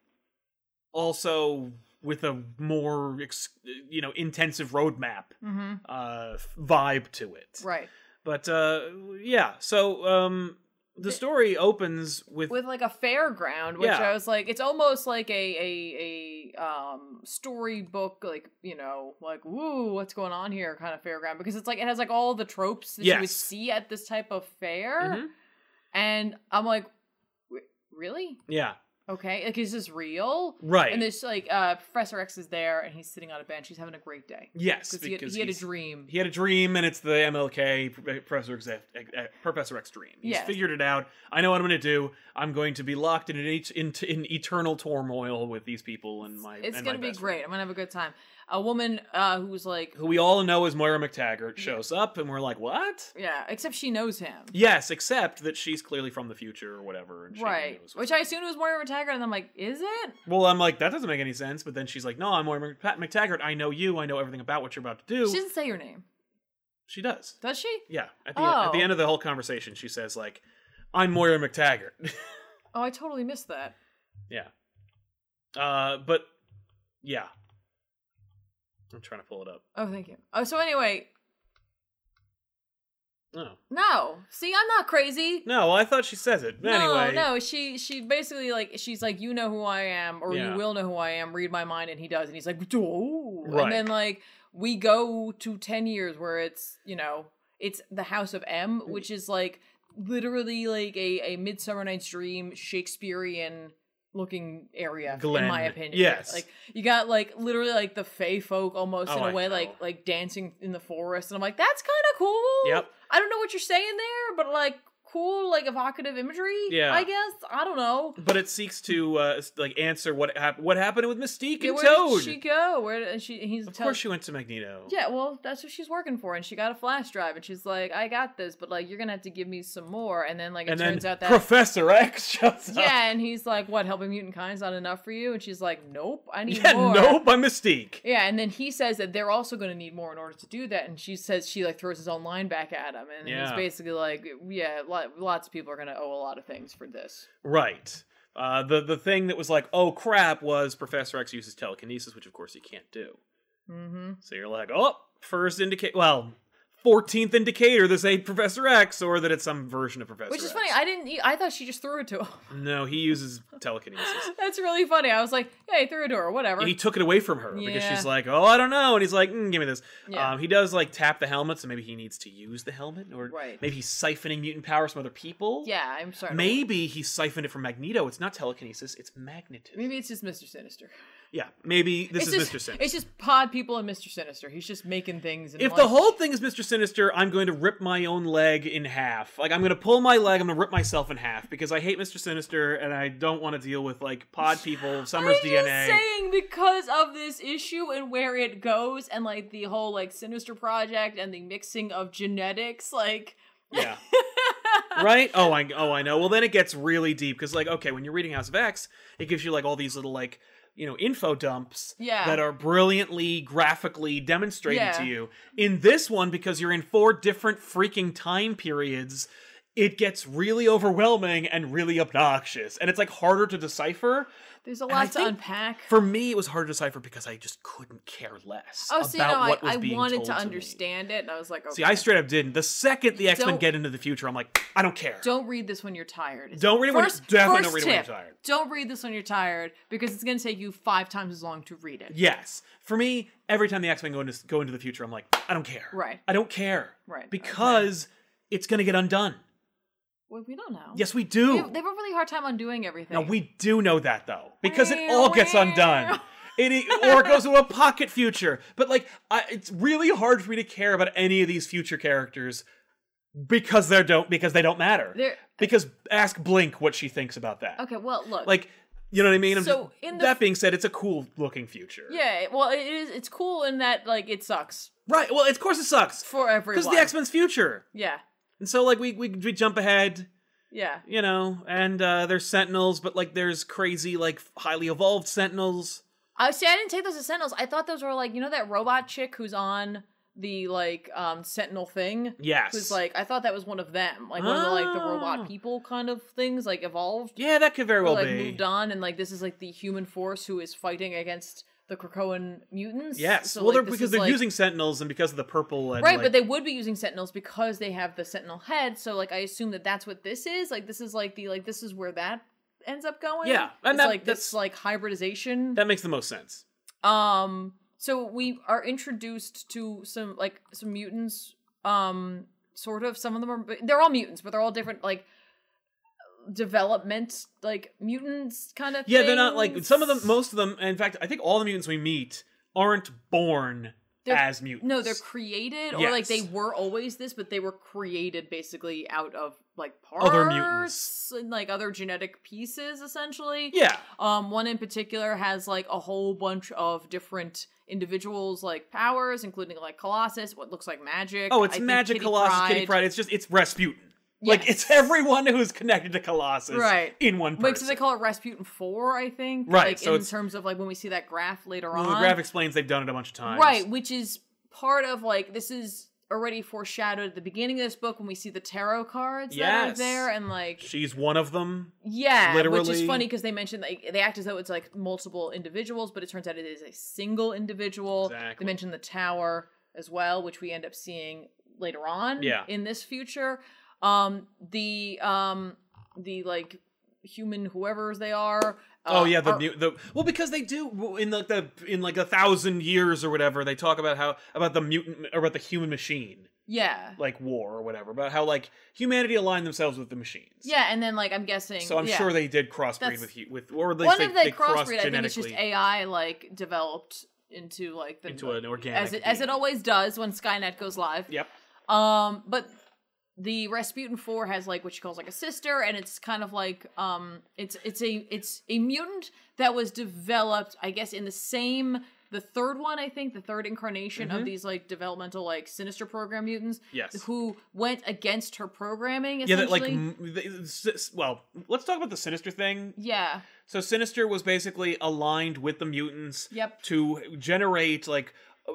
Speaker 1: also with a more ex- you know intensive roadmap
Speaker 2: Mm-hmm.
Speaker 1: uh, vibe to it.
Speaker 2: Right.
Speaker 1: But uh, yeah, so um, the story opens with,
Speaker 2: with like a fairground, which
Speaker 1: Yeah.
Speaker 2: I was like, it's almost like a a a um storybook, like you know, like woo, what's going on here, kind of fairground, because it's like it has like all the tropes that you would
Speaker 1: Yes.
Speaker 2: see at this type of fair,
Speaker 1: Mhm.
Speaker 2: and I'm like, "Re- really?
Speaker 1: yeah,
Speaker 2: Okay, like is this real?
Speaker 1: right,
Speaker 2: And this like uh Professor X is there, and he's sitting on a bench, he's having a great day
Speaker 1: yes,
Speaker 2: because he had,
Speaker 1: because
Speaker 2: he had a
Speaker 1: he's-
Speaker 2: dream.
Speaker 1: He had a dream, and it's the MLK Pro- Professor X, eh, Professor X dream. He's
Speaker 2: Yes.
Speaker 1: figured it out. I know what I'm going to do. I'm going to be locked in an et- in, in eternal turmoil with these people and my.
Speaker 2: it's
Speaker 1: and my
Speaker 2: gonna be
Speaker 1: best
Speaker 2: great.
Speaker 1: friend.
Speaker 2: I'm gonna have a good time. A woman uh who's like,
Speaker 1: Who we all know is Moira McTaggart shows up, and we're like, "What?"
Speaker 2: yeah, except she knows him.
Speaker 1: Yes, except that she's clearly from the future or whatever, and she
Speaker 2: right.
Speaker 1: knows
Speaker 2: Which
Speaker 1: what's-
Speaker 2: I assumed was Moira McTaggart, and I'm like, is it?
Speaker 1: Well, I'm like, that doesn't make any sense. But then she's like, "No, I'm Moira Mc- McTaggart. I know you. I know everything about what you're about to do."
Speaker 2: She doesn't say your name,
Speaker 1: she does.
Speaker 2: does she?
Speaker 1: Yeah. At the, at the
Speaker 2: Oh.
Speaker 1: end of the whole conversation, she says like, "I'm Moira McTaggart."
Speaker 2: Oh, I totally missed that.
Speaker 1: Yeah. Uh, but yeah, I'm trying to pull it up.
Speaker 2: Oh, thank you. Oh, so anyway,
Speaker 1: No,
Speaker 2: no. See, I'm not crazy.
Speaker 1: Oh. no, well, I thought she says it. But anyway,
Speaker 2: No, no, she she basically like she's like you know who I am or
Speaker 1: Yeah.
Speaker 2: you will know who I am. Read my mind, and he does, and he's like, oh,
Speaker 1: Right.
Speaker 2: and then like we go to ten years where it's you know it's the House of M, which is like literally like a a Midsummer Night's Dream Shakespearean looking area
Speaker 1: Glen,
Speaker 2: in my opinion.
Speaker 1: yes.
Speaker 2: like you got like literally like the Fey folk almost in
Speaker 1: Oh,
Speaker 2: a
Speaker 1: I
Speaker 2: way
Speaker 1: know.
Speaker 2: like like dancing in the forest, and I'm like that's kind of cool.
Speaker 1: Yep.
Speaker 2: I don't know what you're saying there, but like cool, like evocative imagery.
Speaker 1: Yeah.
Speaker 2: I guess I don't know.
Speaker 1: But it seeks to uh, s- like answer what hap- what happened with Mystique
Speaker 2: Yeah,
Speaker 1: and
Speaker 2: where
Speaker 1: Toad.
Speaker 2: did she go? Where did she? He's
Speaker 1: of
Speaker 2: tell-
Speaker 1: course, she went to Magneto.
Speaker 2: Yeah, well, that's what she's working for, and she got a flash drive, and she's like, "I got this, but like, you're gonna have to give me some more." And then like, it
Speaker 1: and then
Speaker 2: turns out that
Speaker 1: Professor X shows up.
Speaker 2: yeah, and he's like, "What? Helping mutant kind's not enough for you?" And she's like, "Nope, I need
Speaker 1: Yeah,
Speaker 2: more."
Speaker 1: nope, I'm Mystique.
Speaker 2: Yeah, and then he says that they're also going to need more in order to do that. And she says she like throws his own line back at him, and he's
Speaker 1: Yeah.
Speaker 2: basically like, "Yeah, lo- lots of people are going to owe a lot of things for this."
Speaker 1: Right. Uh, the the thing that was like, oh crap, was Professor X uses telekinesis, which of course he can't do.
Speaker 2: Mm-hmm.
Speaker 1: So you're like, oh, first indicator. Well, fourteenth indicator. This ain't Professor X, or that it's some version of Professor.
Speaker 2: Which is
Speaker 1: X.
Speaker 2: funny. I didn't. e- I thought she just threw it to him.
Speaker 1: no, he uses telekinesis.
Speaker 2: That's really funny. I was like, "Hey, threw it to her. Whatever."
Speaker 1: He took it away from her because
Speaker 2: Yeah.
Speaker 1: she's like, "Oh, I don't know," and he's like, mm, "Give me this."
Speaker 2: Yeah.
Speaker 1: Um, he does like tap the helmet, so maybe he needs to use the helmet, or
Speaker 2: Right.
Speaker 1: maybe he's siphoning mutant power from other people.
Speaker 2: yeah, I'm sorry.
Speaker 1: Maybe he siphoned it from Magneto. It's not telekinesis; it's magnetism.
Speaker 2: Maybe it's just Mr. Sinister.
Speaker 1: yeah, maybe this
Speaker 2: Mm. it's
Speaker 1: is
Speaker 2: just,
Speaker 1: Mr. Sinister.
Speaker 2: It's just pod people and Mr. Sinister. He's just making things. And
Speaker 1: If
Speaker 2: like-
Speaker 1: the whole thing is Mr. Sinister, I'm going to rip my own leg in half. Like I'm going to pull my leg, I'm going to rip myself in half because I hate Mr. Sinister and I don't want to deal with like pod people, Summer's
Speaker 2: I'm
Speaker 1: DNA.
Speaker 2: just saying because of this issue and where it goes, and like the whole like Sinister project and the mixing of genetics, like
Speaker 1: Yeah. right? Oh, I oh I know. Well, then it gets really deep because like okay, when you're reading House of X, it gives you like all these little like you know info dumps
Speaker 2: Yeah.
Speaker 1: that are brilliantly graphically demonstrated
Speaker 2: Yeah.
Speaker 1: to you. In this one, because you're in four different freaking time periods. It gets really overwhelming and really obnoxious, and it's like harder to decipher.
Speaker 2: there's a
Speaker 1: I
Speaker 2: lot to
Speaker 1: think
Speaker 2: unpack.
Speaker 1: For me, it was hard to decipher because I just couldn't care less
Speaker 2: Oh,
Speaker 1: about
Speaker 2: so you know, I,
Speaker 1: what was
Speaker 2: I
Speaker 1: being
Speaker 2: wanted
Speaker 1: told
Speaker 2: to
Speaker 1: me.
Speaker 2: understand it, and I was like, okay,
Speaker 1: See, I straight up didn't. The second the X Men
Speaker 2: Don't-
Speaker 1: get into the future, I'm like, I don't care.
Speaker 2: don't read this when you're tired. is
Speaker 1: Don't read it when-
Speaker 2: first-
Speaker 1: definitely don't
Speaker 2: first
Speaker 1: read it when you're
Speaker 2: tip.
Speaker 1: tired.
Speaker 2: Don't read this when you're tired because it's going to take you five times as long to read it.
Speaker 1: Yes. For me, every time the X Men go into go into the future, I'm like, I don't care.
Speaker 2: Right.
Speaker 1: I don't care.
Speaker 2: Right, okay.
Speaker 1: Because it's gonna get undone.
Speaker 2: Well, we don't know.
Speaker 1: Yes, we
Speaker 2: They,
Speaker 1: do.
Speaker 2: they have a really hard time undoing everything.
Speaker 1: now we do know that though, because it all gets undone. It, e- or it goes to a pocket future. But like, I, it's really hard for me to care about any of these future characters because they don't because they don't matter.
Speaker 2: They're-
Speaker 1: because ask Blink what she thinks about that.
Speaker 2: Okay, well, look.
Speaker 1: Like, you know what I mean? I'm
Speaker 2: So,
Speaker 1: just-
Speaker 2: in the-
Speaker 1: that being said, it's a cool looking future.
Speaker 2: yeah, well, it is. It's cool in that like it sucks
Speaker 1: Right. Well, of course it sucks.
Speaker 2: for everyone.
Speaker 1: because the X Men's future.
Speaker 2: Yeah,
Speaker 1: And so like we, we we jump ahead,
Speaker 2: yeah.
Speaker 1: you know, and uh there's Sentinels, but like there's crazy like highly evolved Sentinels.
Speaker 2: I see. I didn't take those as sentinels. I thought those were like you know that robot chick who's on the like um sentinel thing.
Speaker 1: Yes.
Speaker 2: Who's like I thought that was one of them, like one of the, like the
Speaker 1: Ah.
Speaker 2: robot people kind of things, like evolved,
Speaker 1: yeah, that could very
Speaker 2: or,
Speaker 1: well
Speaker 2: like
Speaker 1: be.
Speaker 2: moved on, and like this is like the human force who is fighting against the Krakoan mutants.
Speaker 1: Yes.
Speaker 2: So,
Speaker 1: well,
Speaker 2: like,
Speaker 1: they're,
Speaker 2: this
Speaker 1: because
Speaker 2: is,
Speaker 1: they're
Speaker 2: like-
Speaker 1: using Sentinels and because of the purple and
Speaker 2: right,
Speaker 1: like,
Speaker 2: but they would be using Sentinels because they have the Sentinel head. So like I assume that that's what this is. Like this is like the like this is where that ends up going.
Speaker 1: Yeah, and
Speaker 2: and
Speaker 1: that-
Speaker 2: like
Speaker 1: that's-
Speaker 2: this like hybridization.
Speaker 1: that makes the most sense.
Speaker 2: um, so we are introduced to some like some mutants. Um, sort of. Some of them are they're all mutants, but they're all different. Like development like mutants kind of
Speaker 1: Yeah, they're not like
Speaker 2: things.
Speaker 1: some of them. Most of them, in fact, I think all the mutants we meet aren't born
Speaker 2: They're-
Speaker 1: as mutants.
Speaker 2: No, they're created, or like they
Speaker 1: Yes.
Speaker 2: were always this, but they were created basically out of like parts
Speaker 1: Other mutants.
Speaker 2: and like other genetic pieces, essentially.
Speaker 1: yeah,
Speaker 2: Um, one in particular has like a whole bunch of different individuals, like powers, including like Colossus, what looks like magic.
Speaker 1: Oh, it's
Speaker 2: I think
Speaker 1: Magic
Speaker 2: Kitty
Speaker 1: Colossus, Kitty
Speaker 2: Pryde.
Speaker 1: Pride. It's just it's Rasputin. Like it's
Speaker 2: Yes.
Speaker 1: everyone who's connected to Colossus,
Speaker 2: Right.
Speaker 1: In one person.
Speaker 2: Wait, so they call it Rasputin Four, I think.
Speaker 1: Right,
Speaker 2: Like,
Speaker 1: so
Speaker 2: in
Speaker 1: it's-
Speaker 2: terms of like when we see that graph later
Speaker 1: Well,
Speaker 2: on,
Speaker 1: the graph explains they've done it a bunch of times.
Speaker 2: Right, which is part of like this is already foreshadowed at the beginning of this book when we see the tarot cards that
Speaker 1: Yes.
Speaker 2: are there and like
Speaker 1: She's one of them.
Speaker 2: yeah, which
Speaker 1: literally-
Speaker 2: is funny because they mentioned like they act as though it's like multiple individuals, but it turns out it is a single individual.
Speaker 1: Exactly.
Speaker 2: They mentioned the tower as well, which we end up seeing later on
Speaker 1: Yeah.
Speaker 2: in this future. Um the um the like human whoever's they are
Speaker 1: Oh
Speaker 2: uh,
Speaker 1: yeah, the
Speaker 2: are-
Speaker 1: mu- the well because they do well, in like the in like a thousand years or whatever they talk about how about the mutant or about the human machine
Speaker 2: yeah
Speaker 1: like war or whatever about how like humanity aligned themselves with the machines.
Speaker 2: yeah and then like i'm guessing
Speaker 1: So I'm
Speaker 2: yeah.
Speaker 1: sure they did crossbreed
Speaker 2: That's-
Speaker 1: with hu- with or at least
Speaker 2: one
Speaker 1: they,
Speaker 2: of the
Speaker 1: they crossed
Speaker 2: crossbreed, I think it's just
Speaker 1: genetically
Speaker 2: AI like developed into like the
Speaker 1: into an organic
Speaker 2: as it, as it
Speaker 1: being.
Speaker 2: always does when Skynet goes live.
Speaker 1: Yep.
Speaker 2: Um, but the Rasputin Four has like what she calls like a sister, and it's kind of like um, it's it's a it's a mutant that was developed, I guess, in the same the third one, I think, the third incarnation
Speaker 1: Mhm.
Speaker 2: of these like developmental like sinister program mutants
Speaker 1: Yes.
Speaker 2: who went against her programming.
Speaker 1: Yeah, that
Speaker 2: Essentially.
Speaker 1: like m- they- s- well, let's talk about the sinister thing
Speaker 2: yeah,
Speaker 1: So Sinister was basically aligned with the mutants
Speaker 2: yep.
Speaker 1: to generate like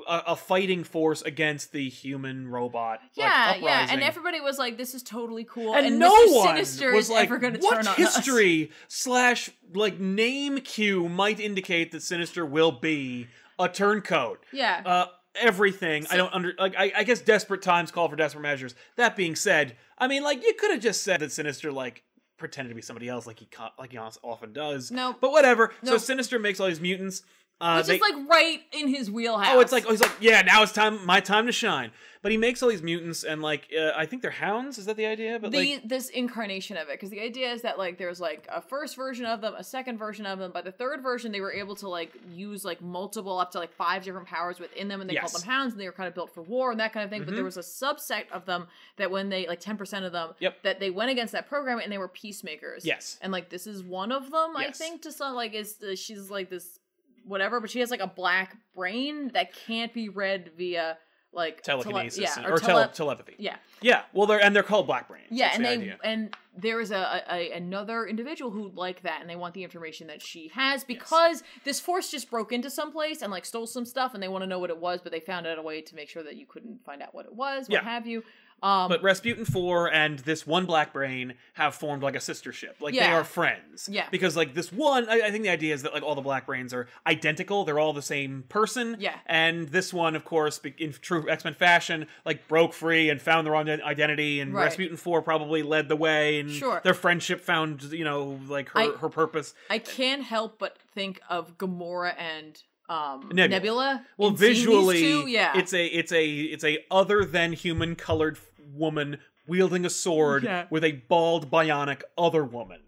Speaker 1: a, a fighting force against the human robot. like,
Speaker 2: Yeah, yeah,
Speaker 1: uprising.
Speaker 2: and everybody was like, "This is totally cool,"
Speaker 1: And
Speaker 2: and,
Speaker 1: no
Speaker 2: Mr.
Speaker 1: one
Speaker 2: Sinister
Speaker 1: was
Speaker 2: is
Speaker 1: like,
Speaker 2: ever going to
Speaker 1: "What
Speaker 2: turn on us."
Speaker 1: history slash like name cue might indicate that Sinister will be a turncoat."
Speaker 2: Yeah,
Speaker 1: Uh, everything I
Speaker 2: So-
Speaker 1: don't under like I, I guess desperate times call for desperate measures. That being said, I mean like you could have just said that Sinister like pretended to be somebody else like he co- like he often does.
Speaker 2: no,
Speaker 1: But whatever. So
Speaker 2: No.
Speaker 1: Sinister makes all these mutants. Uh,
Speaker 2: which
Speaker 1: they,
Speaker 2: is like right in his wheelhouse.
Speaker 1: oh, it's like oh, he's like yeah. Now it's time, my time to shine. But he makes all these mutants, and like uh, I think they're hounds. Is that the idea? But
Speaker 2: the
Speaker 1: like
Speaker 2: this incarnation of it, because the idea is that like there's like a first version of them, a second version of them. By the third version, they were able to like use like multiple up to like five different powers within them, and they
Speaker 1: Yes.
Speaker 2: called them hounds, and they were kind of built for war and that kind of thing. But
Speaker 1: Mhm.
Speaker 2: there was a subset of them that when they like ten percent of them,
Speaker 1: Yep.
Speaker 2: that they went against that program and they were peacemakers.
Speaker 1: yes,
Speaker 2: and like this is one of them i
Speaker 1: Yes.
Speaker 2: think to some like is uh, she's like this whatever but she has like a black brain that can't be read via like tele-
Speaker 1: telekinesis
Speaker 2: yeah,
Speaker 1: or,
Speaker 2: or
Speaker 1: tele-
Speaker 2: tele-
Speaker 1: telepathy.
Speaker 2: yeah
Speaker 1: Yeah. Well, they're and they're called black brains.
Speaker 2: yeah
Speaker 1: That's
Speaker 2: and
Speaker 1: the
Speaker 2: they
Speaker 1: idea.
Speaker 2: and there is a, a, a another individual who like that and they want the information that she has because this force just broke into someplace and like stole some stuff and they want to know what it was but they found out a way to make sure that you couldn't find out what it was
Speaker 1: Yeah.
Speaker 2: what have you um
Speaker 1: But Rasputin Four and this one Black Brain have formed like a sister ship. Like they
Speaker 2: Yeah.
Speaker 1: are friends.
Speaker 2: Yeah.
Speaker 1: Because like this one, I, I think the idea is that like all the Black Brains are identical. They're all the same person.
Speaker 2: Yeah.
Speaker 1: And this one, of course, be- in true X Men fashion, like broke free and found their own ident- identity. And
Speaker 2: Right.
Speaker 1: Rasputin Four probably led the way. And
Speaker 2: Sure.
Speaker 1: Their friendship found you know like her
Speaker 2: I-
Speaker 1: her purpose.
Speaker 2: i can't help but think of gamora and um
Speaker 1: Nebula.
Speaker 2: nebula,
Speaker 1: Well,
Speaker 2: in seeing these
Speaker 1: visually,
Speaker 2: two, yeah
Speaker 1: it's a it's a it's a other than human colored woman wielding a sword
Speaker 2: Yeah.
Speaker 1: with a bald bionic other woman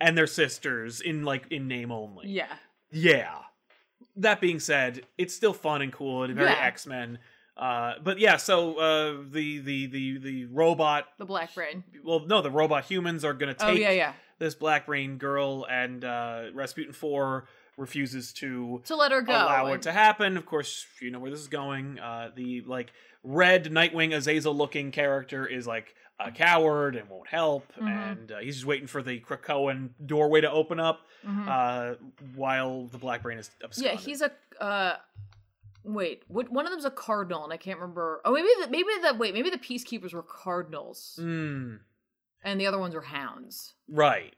Speaker 1: and their sisters in like in name only.
Speaker 2: Yeah.
Speaker 1: Yeah. That being said, it's still fun and cool and very
Speaker 2: Yeah.
Speaker 1: X Men. Uh, but yeah, so uh, the the the the robot.
Speaker 2: The black brain.
Speaker 1: Well, no, the robot humans are gonna take
Speaker 2: oh yeah, yeah.
Speaker 1: this black brain girl, and uh, Rasputin Four refuses to
Speaker 2: To let her go.
Speaker 1: allow it
Speaker 2: and-
Speaker 1: to happen. Of course, you know where this is going. Uh, the like red Nightwing Azazel looking character is like a coward and won't help,
Speaker 2: Mhm.
Speaker 1: and uh, he's just waiting for the Krakoan doorway to open up
Speaker 2: Mhm.
Speaker 1: uh, while the Black Brain is
Speaker 2: yeah,
Speaker 1: absconded.
Speaker 2: he's a. Uh, wait, what? One of them's a cardinal, and I can't remember. Oh, maybe the maybe the wait, maybe the peacekeepers were cardinals,
Speaker 1: Mm,
Speaker 2: and the other ones were hounds.
Speaker 1: right.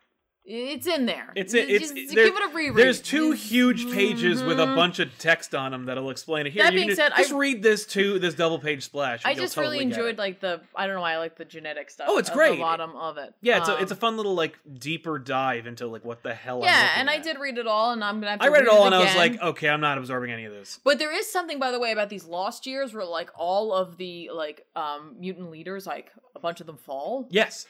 Speaker 2: It's in there.
Speaker 1: It's it. It's
Speaker 2: Just- just
Speaker 1: there-
Speaker 2: give it a reread.
Speaker 1: There's two
Speaker 2: Just-
Speaker 1: huge pages with a
Speaker 2: Mhm.
Speaker 1: bunch of text on them that'll explain it. Here,
Speaker 2: That
Speaker 1: you can
Speaker 2: being
Speaker 1: just,
Speaker 2: said, I-
Speaker 1: just read this too. This double page splash. and
Speaker 2: I
Speaker 1: you'll
Speaker 2: just
Speaker 1: totally
Speaker 2: really
Speaker 1: get
Speaker 2: enjoyed
Speaker 1: it.
Speaker 2: like the I don't know why I like the genetic stuff.
Speaker 1: Oh, it's
Speaker 2: at
Speaker 1: great.
Speaker 2: The bottom of it.
Speaker 1: Yeah, it's a
Speaker 2: Um,
Speaker 1: it's a fun little like deeper dive into like what the hell. I'm
Speaker 2: yeah,
Speaker 1: looking
Speaker 2: and I
Speaker 1: at.
Speaker 2: did read it all, and I'm gonna. Have to
Speaker 1: I read it all, and I was
Speaker 2: again.
Speaker 1: like, uh, okay, I'm not absorbing any of this.
Speaker 2: But there is something, by the way, about these lost years where like all of the like um mutant leaders, like a bunch of them fall,
Speaker 1: Yes,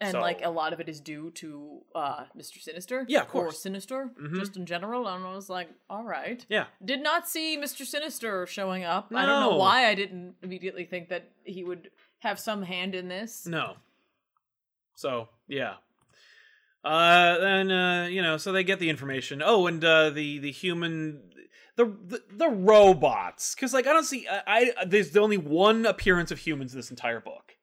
Speaker 2: and
Speaker 1: so-
Speaker 2: like a lot of it is due to uh Mister Sinister.
Speaker 1: Yeah, of
Speaker 2: Or
Speaker 1: course.
Speaker 2: Sinister,
Speaker 1: Mhm.
Speaker 2: just in general. And I was like, all right.
Speaker 1: yeah,
Speaker 2: Did not see Mister Sinister showing up. I don't know
Speaker 1: No.
Speaker 2: why I didn't immediately think that he would have some hand in this.
Speaker 1: no. So yeah, uh, then uh, you know, so they get the information. Oh, and uh, the the human, the the, the robots, because like I don't see I, I there's only one appearance of humans in this entire book,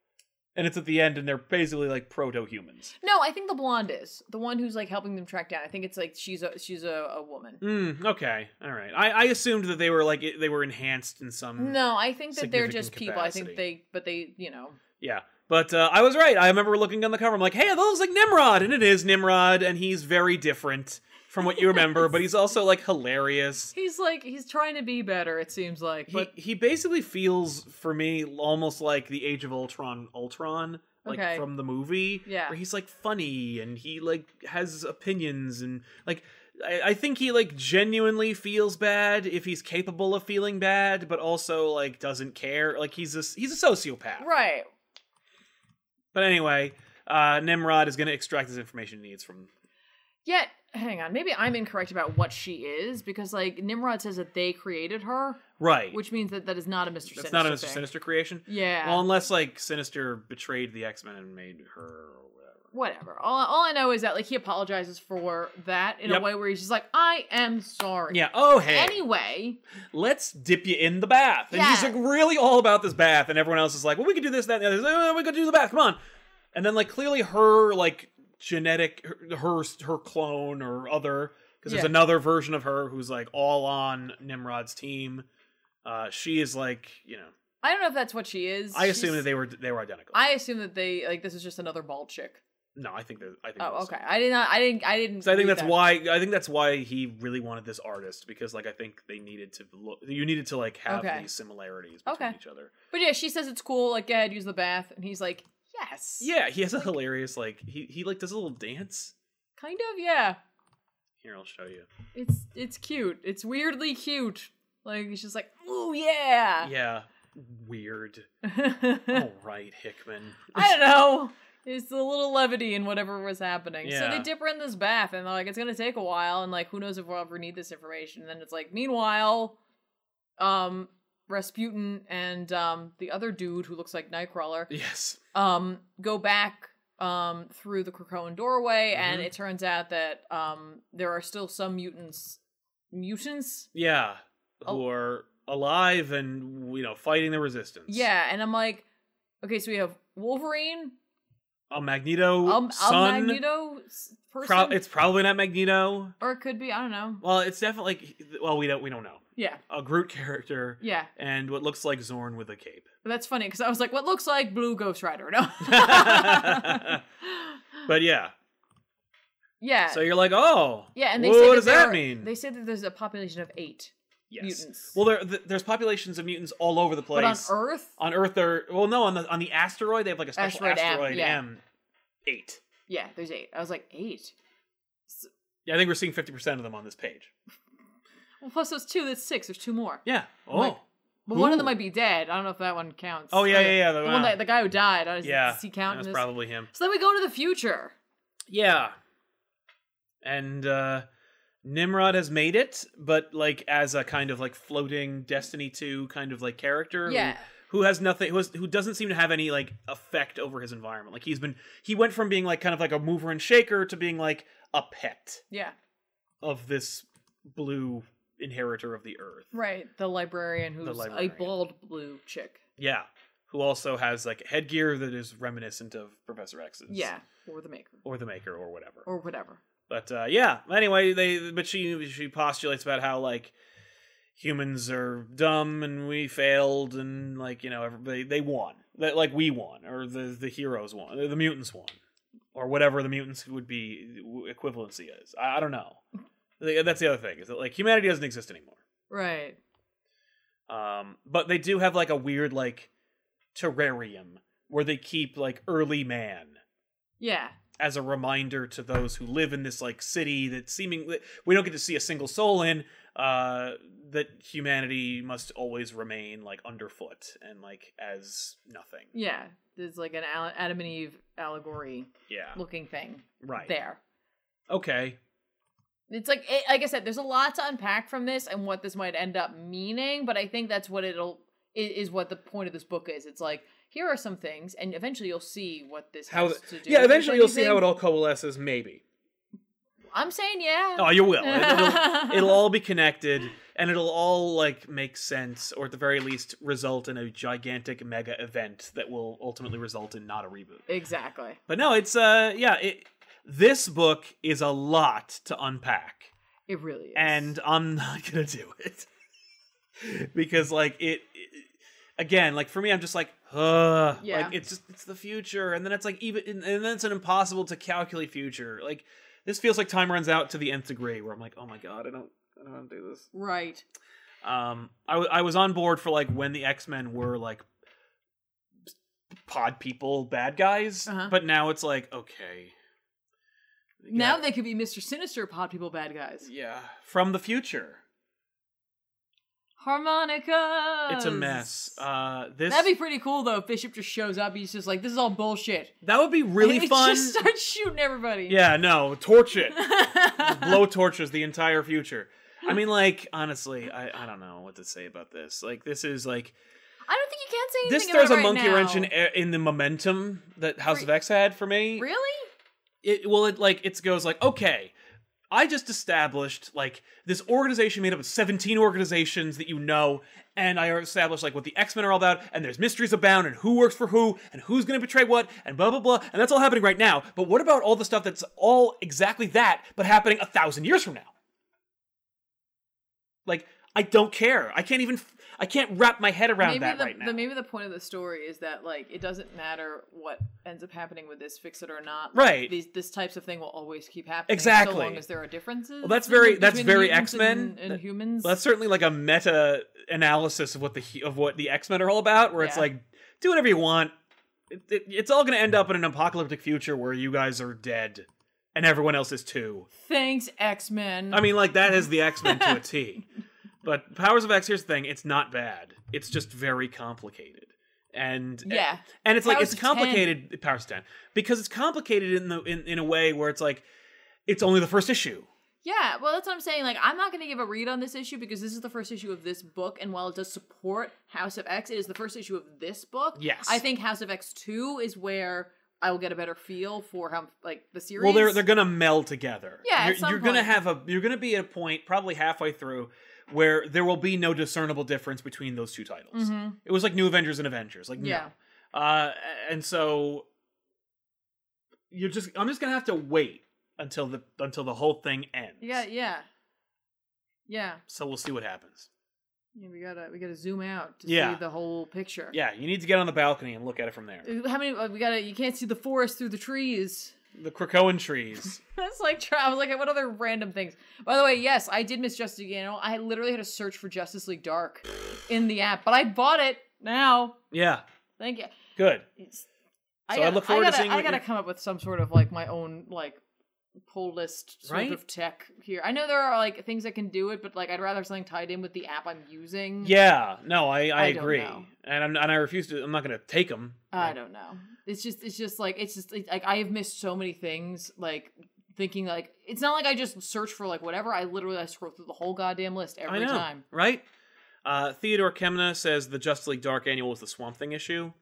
Speaker 1: and it's at the end, and they're basically like proto humans.
Speaker 2: No, I think the blonde is the one who's like helping them track down. I think it's like she's a she's a, a woman.
Speaker 1: Mm, okay, all right. I, I assumed that they were like they were enhanced in some
Speaker 2: No, I think that they're
Speaker 1: Mm-hmm. Significant
Speaker 2: just people. I think
Speaker 1: capacity.
Speaker 2: they, but they, you know,
Speaker 1: Yeah. But uh, I was right. I remember looking on the cover. I'm like, hey, that looks like Nimrod. And it is Nimrod. And he's very different from what you remember. but he's also like hilarious.
Speaker 2: he's like he's trying to be better. It seems like, but
Speaker 1: he, he basically feels for me almost like the Age of Ultron Ultron. Like
Speaker 2: Okay.
Speaker 1: from the movie.
Speaker 2: Yeah.
Speaker 1: Where he's like funny and he like has opinions and like I, I think he like genuinely feels bad if he's capable of feeling bad, but also like doesn't care. Like he's a, he's a sociopath.
Speaker 2: right,
Speaker 1: But anyway, uh, Nimrod is going to extract this information he needs from.
Speaker 2: yet. Hang on, maybe I'm incorrect about what she is because like Nimrod says that they created her,
Speaker 1: Right.
Speaker 2: which means that that is not a Mister.
Speaker 1: That's
Speaker 2: Sinister
Speaker 1: not a Mr.
Speaker 2: thing.
Speaker 1: Sinister creation.
Speaker 2: Yeah.
Speaker 1: Well, unless like Sinister betrayed the X Men and made her or whatever.
Speaker 2: Whatever. All, all I know is that like he apologizes for that in
Speaker 1: Yep.
Speaker 2: a way where he's just like, I am sorry.
Speaker 1: Yeah. Oh hey,
Speaker 2: Anyway,
Speaker 1: let's dip you in the bath. And he's
Speaker 2: Yeah.
Speaker 1: like really all about this bath, and everyone else is like, well, we could do this, that, and the other. He's like, "Oh, "No, no, we could do the bath. Come on. And then like clearly her like genetic her her, her clone or other because there's
Speaker 2: Yeah.
Speaker 1: another version of her who's like all on Nimrod's team. Uh, she is like you know
Speaker 2: I don't know if that's what she is.
Speaker 1: I assume
Speaker 2: She's-
Speaker 1: that they were they were identical.
Speaker 2: I assume that they like this is just another bald chick.
Speaker 1: no, I think that I think.
Speaker 2: Oh,
Speaker 1: that's-
Speaker 2: okay. I did not. I didn't. I didn't.
Speaker 1: So I think
Speaker 2: read
Speaker 1: that's
Speaker 2: that.
Speaker 1: why I think that's why he really wanted this artist because like I think they needed to look you needed to like have
Speaker 2: Okay.
Speaker 1: these similarities between
Speaker 2: Okay.
Speaker 1: each other.
Speaker 2: But yeah, she says it's cool. Like, go ahead, use the bath, and he's like, yes.
Speaker 1: Yeah, he has a hilarious like he he like does a little dance.
Speaker 2: Kind of. Yeah.
Speaker 1: Here, I'll show you.
Speaker 2: It's it's cute. It's weirdly cute. Like it's just like, ooh yeah.
Speaker 1: Yeah, weird. All right, Hickman.
Speaker 2: I don't know. It's the little levity in whatever was happening. So they
Speaker 1: Yeah.
Speaker 2: dip her in this bath, and they're like, it's gonna take a while, and like, who knows if we'll ever need this information. And then it's like, meanwhile, um, Rasputin and um the other dude who looks like Nightcrawler
Speaker 1: yes.
Speaker 2: um go back um through the Krakoan doorway and
Speaker 1: Mhm.
Speaker 2: it turns out that um there are still some mutants mutants
Speaker 1: Yeah,
Speaker 2: Oh.
Speaker 1: who are alive and you know fighting the resistance.
Speaker 2: yeah and I'm like okay so we have Wolverine
Speaker 1: a Magneto
Speaker 2: um
Speaker 1: son.
Speaker 2: a Magneto s- person
Speaker 1: Pro- it's probably not Magneto.
Speaker 2: or it could be I don't know
Speaker 1: Well, it's definitely well we don't we don't know
Speaker 2: yeah
Speaker 1: a Groot character
Speaker 2: yeah
Speaker 1: and what looks like Zorn with a cape.
Speaker 2: but that's funny because I was like what looks like Blue Ghost Rider no
Speaker 1: But yeah,
Speaker 2: yeah
Speaker 1: so you're like, oh,
Speaker 2: yeah and they
Speaker 1: well,
Speaker 2: say
Speaker 1: what
Speaker 2: that
Speaker 1: does
Speaker 2: there
Speaker 1: that
Speaker 2: are-
Speaker 1: mean?
Speaker 2: they say that there's a population of eight
Speaker 1: yes.
Speaker 2: mutants
Speaker 1: Well, there th- there's populations of mutants all over the place. uh,
Speaker 2: but on Earth
Speaker 1: On Earth, they're well, no, on the on the asteroid, they have like a special
Speaker 2: Asteroid
Speaker 1: asteroid,
Speaker 2: M,
Speaker 1: M,
Speaker 2: yeah.
Speaker 1: eight.
Speaker 2: yeah there's eight I was like eight
Speaker 1: Yeah, I think we're seeing fifty percent of them on this page.
Speaker 2: Well, plus those two, that's six. There's two more.
Speaker 1: Yeah. Oh,
Speaker 2: Like- But one of them
Speaker 1: Ooh.
Speaker 2: might be dead. I don't know if that one counts.
Speaker 1: oh yeah,
Speaker 2: Or
Speaker 1: yeah,
Speaker 2: the-
Speaker 1: yeah. The,
Speaker 2: The, one
Speaker 1: wow.
Speaker 2: that the guy who died. I was,
Speaker 1: yeah,
Speaker 2: does he count in
Speaker 1: That's
Speaker 2: this?
Speaker 1: probably him.
Speaker 2: So then we go to the future.
Speaker 1: Yeah. And uh Nimrod has made it, but like as a kind of like floating Destiny 2 kind of like character who-
Speaker 2: Yeah.
Speaker 1: who, has nothing who has, who doesn't seem to have any like effect over his environment. Like he's been he went from being like kind of like a mover and shaker to being like a pet
Speaker 2: Yeah.
Speaker 1: of this blue inheritor of the earth.
Speaker 2: Right. The librarian who's
Speaker 1: librarian.
Speaker 2: a bald blue chick.
Speaker 1: Yeah. Who also has like headgear that is reminiscent of Professor X's.
Speaker 2: Yeah. Or the maker.
Speaker 1: Or the maker or whatever.
Speaker 2: Or whatever.
Speaker 1: But uh, yeah, anyway, they but she she postulates about how like humans are dumb and we failed and like you know everybody they won that like we won or the the heroes won the mutants won or whatever the mutants would be equivalency is. I, I don't know. That's the other thing is that like humanity doesn't exist anymore.
Speaker 2: Right.
Speaker 1: Um, but they do have like a weird like terrarium where they keep like early man
Speaker 2: Yeah.
Speaker 1: as a reminder to those who live in this like city that seemingly we don't get to see a single soul in uh that humanity must always remain like underfoot and like as nothing
Speaker 2: Yeah. There's like an Al- Adam and Eve allegory
Speaker 1: yeah
Speaker 2: looking thing
Speaker 1: right
Speaker 2: there.
Speaker 1: okay
Speaker 2: It's like it, like I said, there's a lot to unpack from this and what this might end up meaning, but I think that's what it'll i- is what the point of this book is. It's like here are some things, and eventually you'll see what this
Speaker 1: How
Speaker 2: has to do.
Speaker 1: yeah
Speaker 2: with
Speaker 1: eventually you'll see
Speaker 2: anything.
Speaker 1: how it all coalesces maybe
Speaker 2: I'm saying yeah.
Speaker 1: oh you will It- it'll, it'll all be connected and it'll all like make sense or at the very least result in a gigantic mega event that will ultimately result in not a reboot
Speaker 2: exactly.
Speaker 1: But no, it's uh yeah, it this book is a lot to unpack.
Speaker 2: It really is.
Speaker 1: And I'm not going to do it. because like it, it- again, like for me I'm just like Ugh.
Speaker 2: Yeah.
Speaker 1: like it's just it's the future and then it's like even and and then it's an impossible to calculate future. Like this feels like time runs out to the nth degree where I'm like, "Oh my god, I don't I don't want to do this."
Speaker 2: right.
Speaker 1: Um I w- I was on board for like when the X-Men were like pod people, bad guys,
Speaker 2: Uh-huh.
Speaker 1: but now it's like, okay,
Speaker 2: Now
Speaker 1: yeah.
Speaker 2: they could be Mr. Sinister pod people bad guys.
Speaker 1: Yeah. From the future.
Speaker 2: Harmonica.
Speaker 1: It's a mess. Uh this
Speaker 2: That'd be pretty cool though if Bishop just shows up. He's just like, this is all bullshit.
Speaker 1: that would be really
Speaker 2: And he
Speaker 1: fun.
Speaker 2: Just starts shooting everybody.
Speaker 1: Yeah, no, torch it. Blow torches the entire future. I mean like honestly, I I don't know what to say about this. Like this is like
Speaker 2: I don't think you can say anything.
Speaker 1: this throws
Speaker 2: about
Speaker 1: a
Speaker 2: it right
Speaker 1: monkey wrench in
Speaker 2: now.
Speaker 1: in the momentum that House
Speaker 2: Re-
Speaker 1: of X had for me.
Speaker 2: Really?
Speaker 1: it well it like it goes like okay i just established like this organization made up of 17 organizations that you know and i established like what the x-men are all about and there's mysteries abound and who works for who and who's going to betray what and blah blah blah and that's all happening right now but what about all the stuff that's all exactly that but happening a thousand years from now like i don't care i can't even i can't wrap my head around
Speaker 2: Maybe
Speaker 1: that
Speaker 2: the,
Speaker 1: right now
Speaker 2: the maybe the point of the story is that like it doesn't matter what ends up happening with this, fix it or not. like,
Speaker 1: Right.
Speaker 2: These this types of thing will always keep happening. So
Speaker 1: Exactly.
Speaker 2: long as there are differences.
Speaker 1: Well, that's
Speaker 2: between-
Speaker 1: very- that's
Speaker 2: between the
Speaker 1: very
Speaker 2: mutants
Speaker 1: X-Men.
Speaker 2: and, and
Speaker 1: That-
Speaker 2: humans.
Speaker 1: Well, that's certainly like a meta analysis of what the he- of what the X Men are all about, where it's
Speaker 2: Yeah.
Speaker 1: like, do whatever you want. It, it, it's all going to end up in an apocalyptic future where you guys are dead and everyone else is too.
Speaker 2: Thanks, X Men.
Speaker 1: I mean, like that is the X Men to a T. But Powers of X, here's the thing: it's not bad. It's just very complicated, and
Speaker 2: yeah,
Speaker 1: and it's like it's
Speaker 2: Powers of 10.
Speaker 1: complicated. Powers of Ten because it's complicated in the in, in a way where it's like it's only the first issue.
Speaker 2: yeah. Well, that's what I'm saying. Like, I'm not going to give a read on this issue because this is the first issue of this book, and while it does support House of X, it is the first issue of this book.
Speaker 1: Yes,
Speaker 2: I think House of X two is where I will get a better feel for how like the series.
Speaker 1: Well, they're they're gonna meld together.
Speaker 2: Yeah, at
Speaker 1: you're,
Speaker 2: some
Speaker 1: you're gonna
Speaker 2: point.
Speaker 1: have a you're gonna be at a point probably halfway through where there will be no discernible difference between those two titles.
Speaker 2: Mhm.
Speaker 1: It was like New Avengers and Avengers, like
Speaker 2: Yeah.
Speaker 1: no. Uh, and so you're just I'm just gonna have to wait until the until the whole thing ends.
Speaker 2: Yeah, yeah, yeah.
Speaker 1: So we'll see what happens.
Speaker 2: Yeah, we gotta we gotta zoom out to
Speaker 1: Yeah.
Speaker 2: see the whole picture.
Speaker 1: Yeah, you need to get on the balcony and look at it from there.
Speaker 2: Uh, How many? uh, We gotta. You can't see the forest through the trees.
Speaker 1: The Krakoan trees.
Speaker 2: That's like tra- I was like, what other random things? By the way, yes, I did miss Justice League Annual. I literally had to search for Justice League Dark in the app, but I bought it now.
Speaker 1: yeah,
Speaker 2: Thank you.
Speaker 1: good.
Speaker 2: It's-
Speaker 1: So I look forward to
Speaker 2: gotta,
Speaker 1: seeing
Speaker 2: I
Speaker 1: what
Speaker 2: gotta
Speaker 1: you-
Speaker 2: come up with some sort of like my own like pull list sort
Speaker 1: Right?
Speaker 2: of tech here. I know there are like things that can do it, but like I'd rather have something tied in with the app I'm using.
Speaker 1: Yeah, no, I, I,
Speaker 2: Mm. I don't
Speaker 1: agree,
Speaker 2: know.
Speaker 1: and I'm and I refuse to. I'm not gonna take them.
Speaker 2: I don't know. It's just it's just like it's just it's, like I have missed so many things like thinking like it's not like I just search for like whatever. I literally I scroll through the whole goddamn list every
Speaker 1: I know,
Speaker 2: time.
Speaker 1: Right? Uh, Theodore Kemna says the Justice League Dark Annual was the Swamp Thing issue.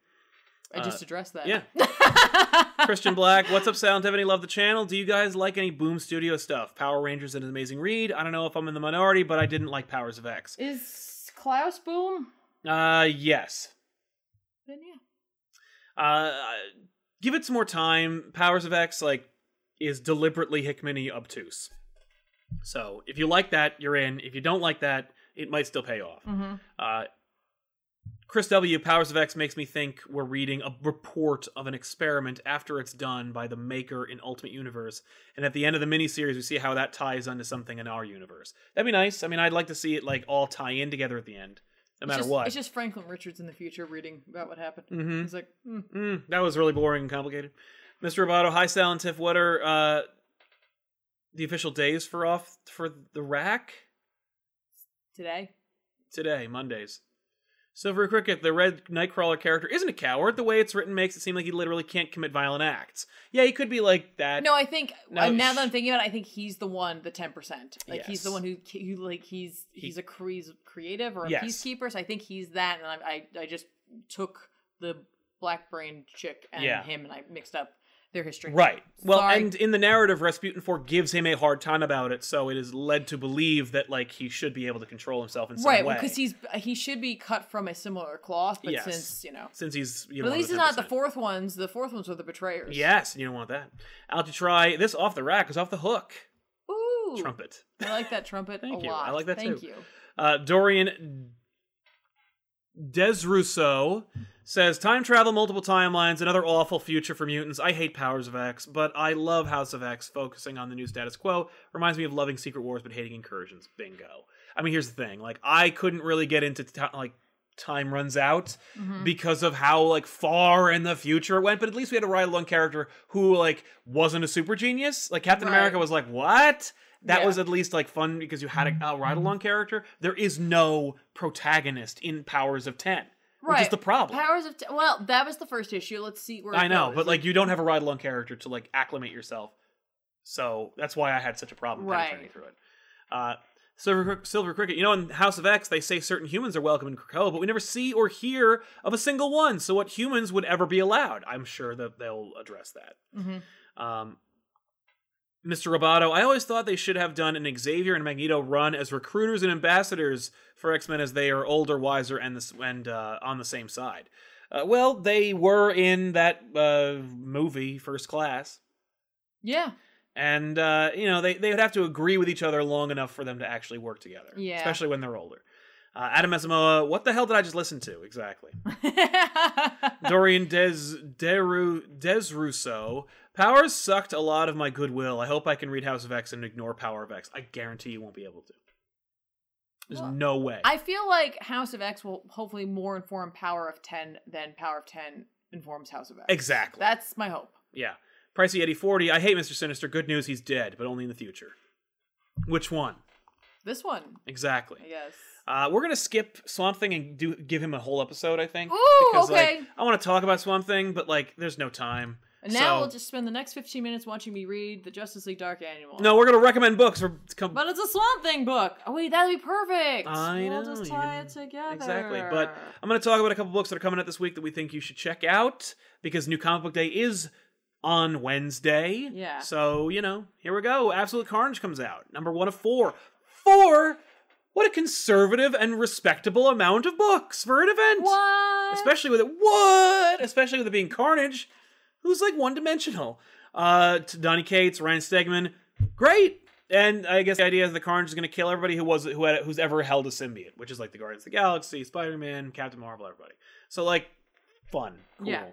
Speaker 2: I just addressed that.
Speaker 1: yeah. Uh, Christian
Speaker 2: Christian
Speaker 1: Black, what's up, Sound Tiffany? Love the channel. Do you guys like any Boom Studio stuff? Power Rangers and an amazing read. I don't know if I'm in the minority, but I didn't like Powers of X.
Speaker 2: Is Klaus Boom?
Speaker 1: Uh, yes.
Speaker 2: Then yeah.
Speaker 1: Uh, give it some more time. Powers of X, like, is deliberately Hickman-y obtuse. So if you like that, you're in. If you don't like that, it might still pay off.
Speaker 2: Mm-hmm.
Speaker 1: Uh, Chris W. Powers of X makes me think we're reading a report of an experiment after it's done by the maker in Ultimate Universe, and at the end of the miniseries, we see how that ties onto something in our universe. That'd be nice. I mean, I'd like to see it like all tie in together at the end, no matter
Speaker 2: just,
Speaker 1: what.
Speaker 2: It's just Franklin Richards in the future reading about what happened.
Speaker 1: Mhm.
Speaker 2: He's like, hmm.
Speaker 1: Mm, that was really boring and complicated. Mr. Roboto, hi Sal and Tiff. What are uh, the official days for off for the rack
Speaker 2: today.
Speaker 1: today, Mondays? Silver Cricket, the red Nightcrawler character, isn't a coward. The way it's written makes it seem like he literally can't commit violent acts. Yeah, he could be like that.
Speaker 2: No, I think uh,
Speaker 1: No,
Speaker 2: now
Speaker 1: sh-
Speaker 2: that I'm thinking about it, I think he's the one, the ten percent. Like he's the
Speaker 1: Yes.
Speaker 2: one who, who like he's he's a cre- he's creative or a
Speaker 1: Yes.
Speaker 2: peacekeeper. So I think he's that, and I I, I just took the black brain chick and
Speaker 1: Yeah.
Speaker 2: him, and I mixed up their history.
Speaker 1: Right. Well,
Speaker 2: Sorry.
Speaker 1: and in the narrative, Rasputin 4 gives him a hard time about it, so it is led to believe that like he should be able to control himself in some
Speaker 2: right,
Speaker 1: way.
Speaker 2: because he's he should be cut from a similar cloth, but
Speaker 1: Yes.
Speaker 2: since you know,
Speaker 1: since he's you know,
Speaker 2: but at
Speaker 1: one
Speaker 2: least
Speaker 1: of the
Speaker 2: it's not the
Speaker 1: 10%.
Speaker 2: fourth ones. The fourth ones were the betrayers.
Speaker 1: Yes, you don't want that. Out to try this off the rack is off the hook.
Speaker 2: Ooh,
Speaker 1: Trumpet.
Speaker 2: I like that trumpet
Speaker 1: Thank
Speaker 2: a
Speaker 1: you.
Speaker 2: lot.
Speaker 1: I like that
Speaker 2: Thank
Speaker 1: too.
Speaker 2: you.
Speaker 1: Uh, Dorian Desrusso says time travel, multiple timelines, another awful future for mutants. I hate Powers of X, but I love House of X, focusing on the new status quo. Reminds me of loving Secret Wars but hating incursions. Bingo. I mean, here's the thing: like, I couldn't really get into t- like time runs out
Speaker 2: Mhm.
Speaker 1: because of how like far in the future it went but at least we had a ride along character who like wasn't a super genius like captain
Speaker 2: Right.
Speaker 1: america was like what that
Speaker 2: Yeah. Mm-hmm.
Speaker 1: was at least like fun because you had a, a ride along character there is no protagonist in powers of 10 which is
Speaker 2: Right.
Speaker 1: the problem
Speaker 2: Powers of t- well, that was the first issue. Let's see where it
Speaker 1: i know
Speaker 2: goes.
Speaker 1: but like you don't have a ride along character to like acclimate yourself so that's why i had such a problem
Speaker 2: Right.
Speaker 1: penetrating through it uh Silver, Crick- Silver Cricket. You know, in House of X, they say certain humans are welcome in Krakoa, but we never see or hear of a single one. So, what humans would ever be allowed? I'm sure that they'll address that.
Speaker 2: Mhm.
Speaker 1: Um, Mr. Roboto, I always thought they should have done an Xavier and Magneto run as recruiters and ambassadors for X Men as they are older, wiser, and this and uh, on the same side. Uh, well, they were in that uh, movie First Class,
Speaker 2: yeah,
Speaker 1: and uh, you know they they would have to agree with each other long enough for them to actually work together,
Speaker 2: Yeah.
Speaker 1: especially when they're older. Uh, Adam Asamoah, what the hell did I just listen to exactly? Dorian Des Deru Desrusso. Powers sucked a lot of my goodwill. I hope I can read House of X and ignore Power of X. I guarantee you won't be able to. There's
Speaker 2: Well,
Speaker 1: no way.
Speaker 2: I feel like House of X will hopefully more inform Power of Ten than Power of Ten informs House of X.
Speaker 1: exactly.
Speaker 2: That's my hope.
Speaker 1: yeah. Pricey Eddie forty. I hate Mister Sinister. Good news, he's dead, but only in the future. Which one
Speaker 2: This one,
Speaker 1: exactly?
Speaker 2: I guess.
Speaker 1: Uh, we're gonna skip Swamp Thing and do give him a whole episode. I think.
Speaker 2: Ooh,
Speaker 1: like,
Speaker 2: okay.
Speaker 1: I want to talk about Swamp Thing, but like, there's no time.
Speaker 2: And now
Speaker 1: so-
Speaker 2: we'll just spend the next fifteen minutes watching me read the Justice League Dark Annual.
Speaker 1: No, we're gonna recommend books. We're come.
Speaker 2: But it's a Swamp Thing book. Oh wait, that'd be perfect.
Speaker 1: I
Speaker 2: we'll
Speaker 1: know,
Speaker 2: just
Speaker 1: you
Speaker 2: tie it
Speaker 1: can-
Speaker 2: together.
Speaker 1: Exactly, but I'm going to talk about a couple books that are coming out this week that we think you should check out because New Comic Book Day is on Wednesday.
Speaker 2: Yeah.
Speaker 1: So, you know, here we go. Absolute Carnage comes out, number one of four. Four! What a conservative and respectable amount of books for an event!
Speaker 2: what?
Speaker 1: Especially with it. What? Especially with it being Carnage, who's like one dimensional. Uh, to Donny Cates, Ryan Stegman, great. And I guess the idea is the Carnage is going to kill everybody who was who had, who's ever held a symbiote, which is like the Guardians of the Galaxy, Spider Man, Captain Marvel, everybody. So like, fun, cool,
Speaker 2: Yeah.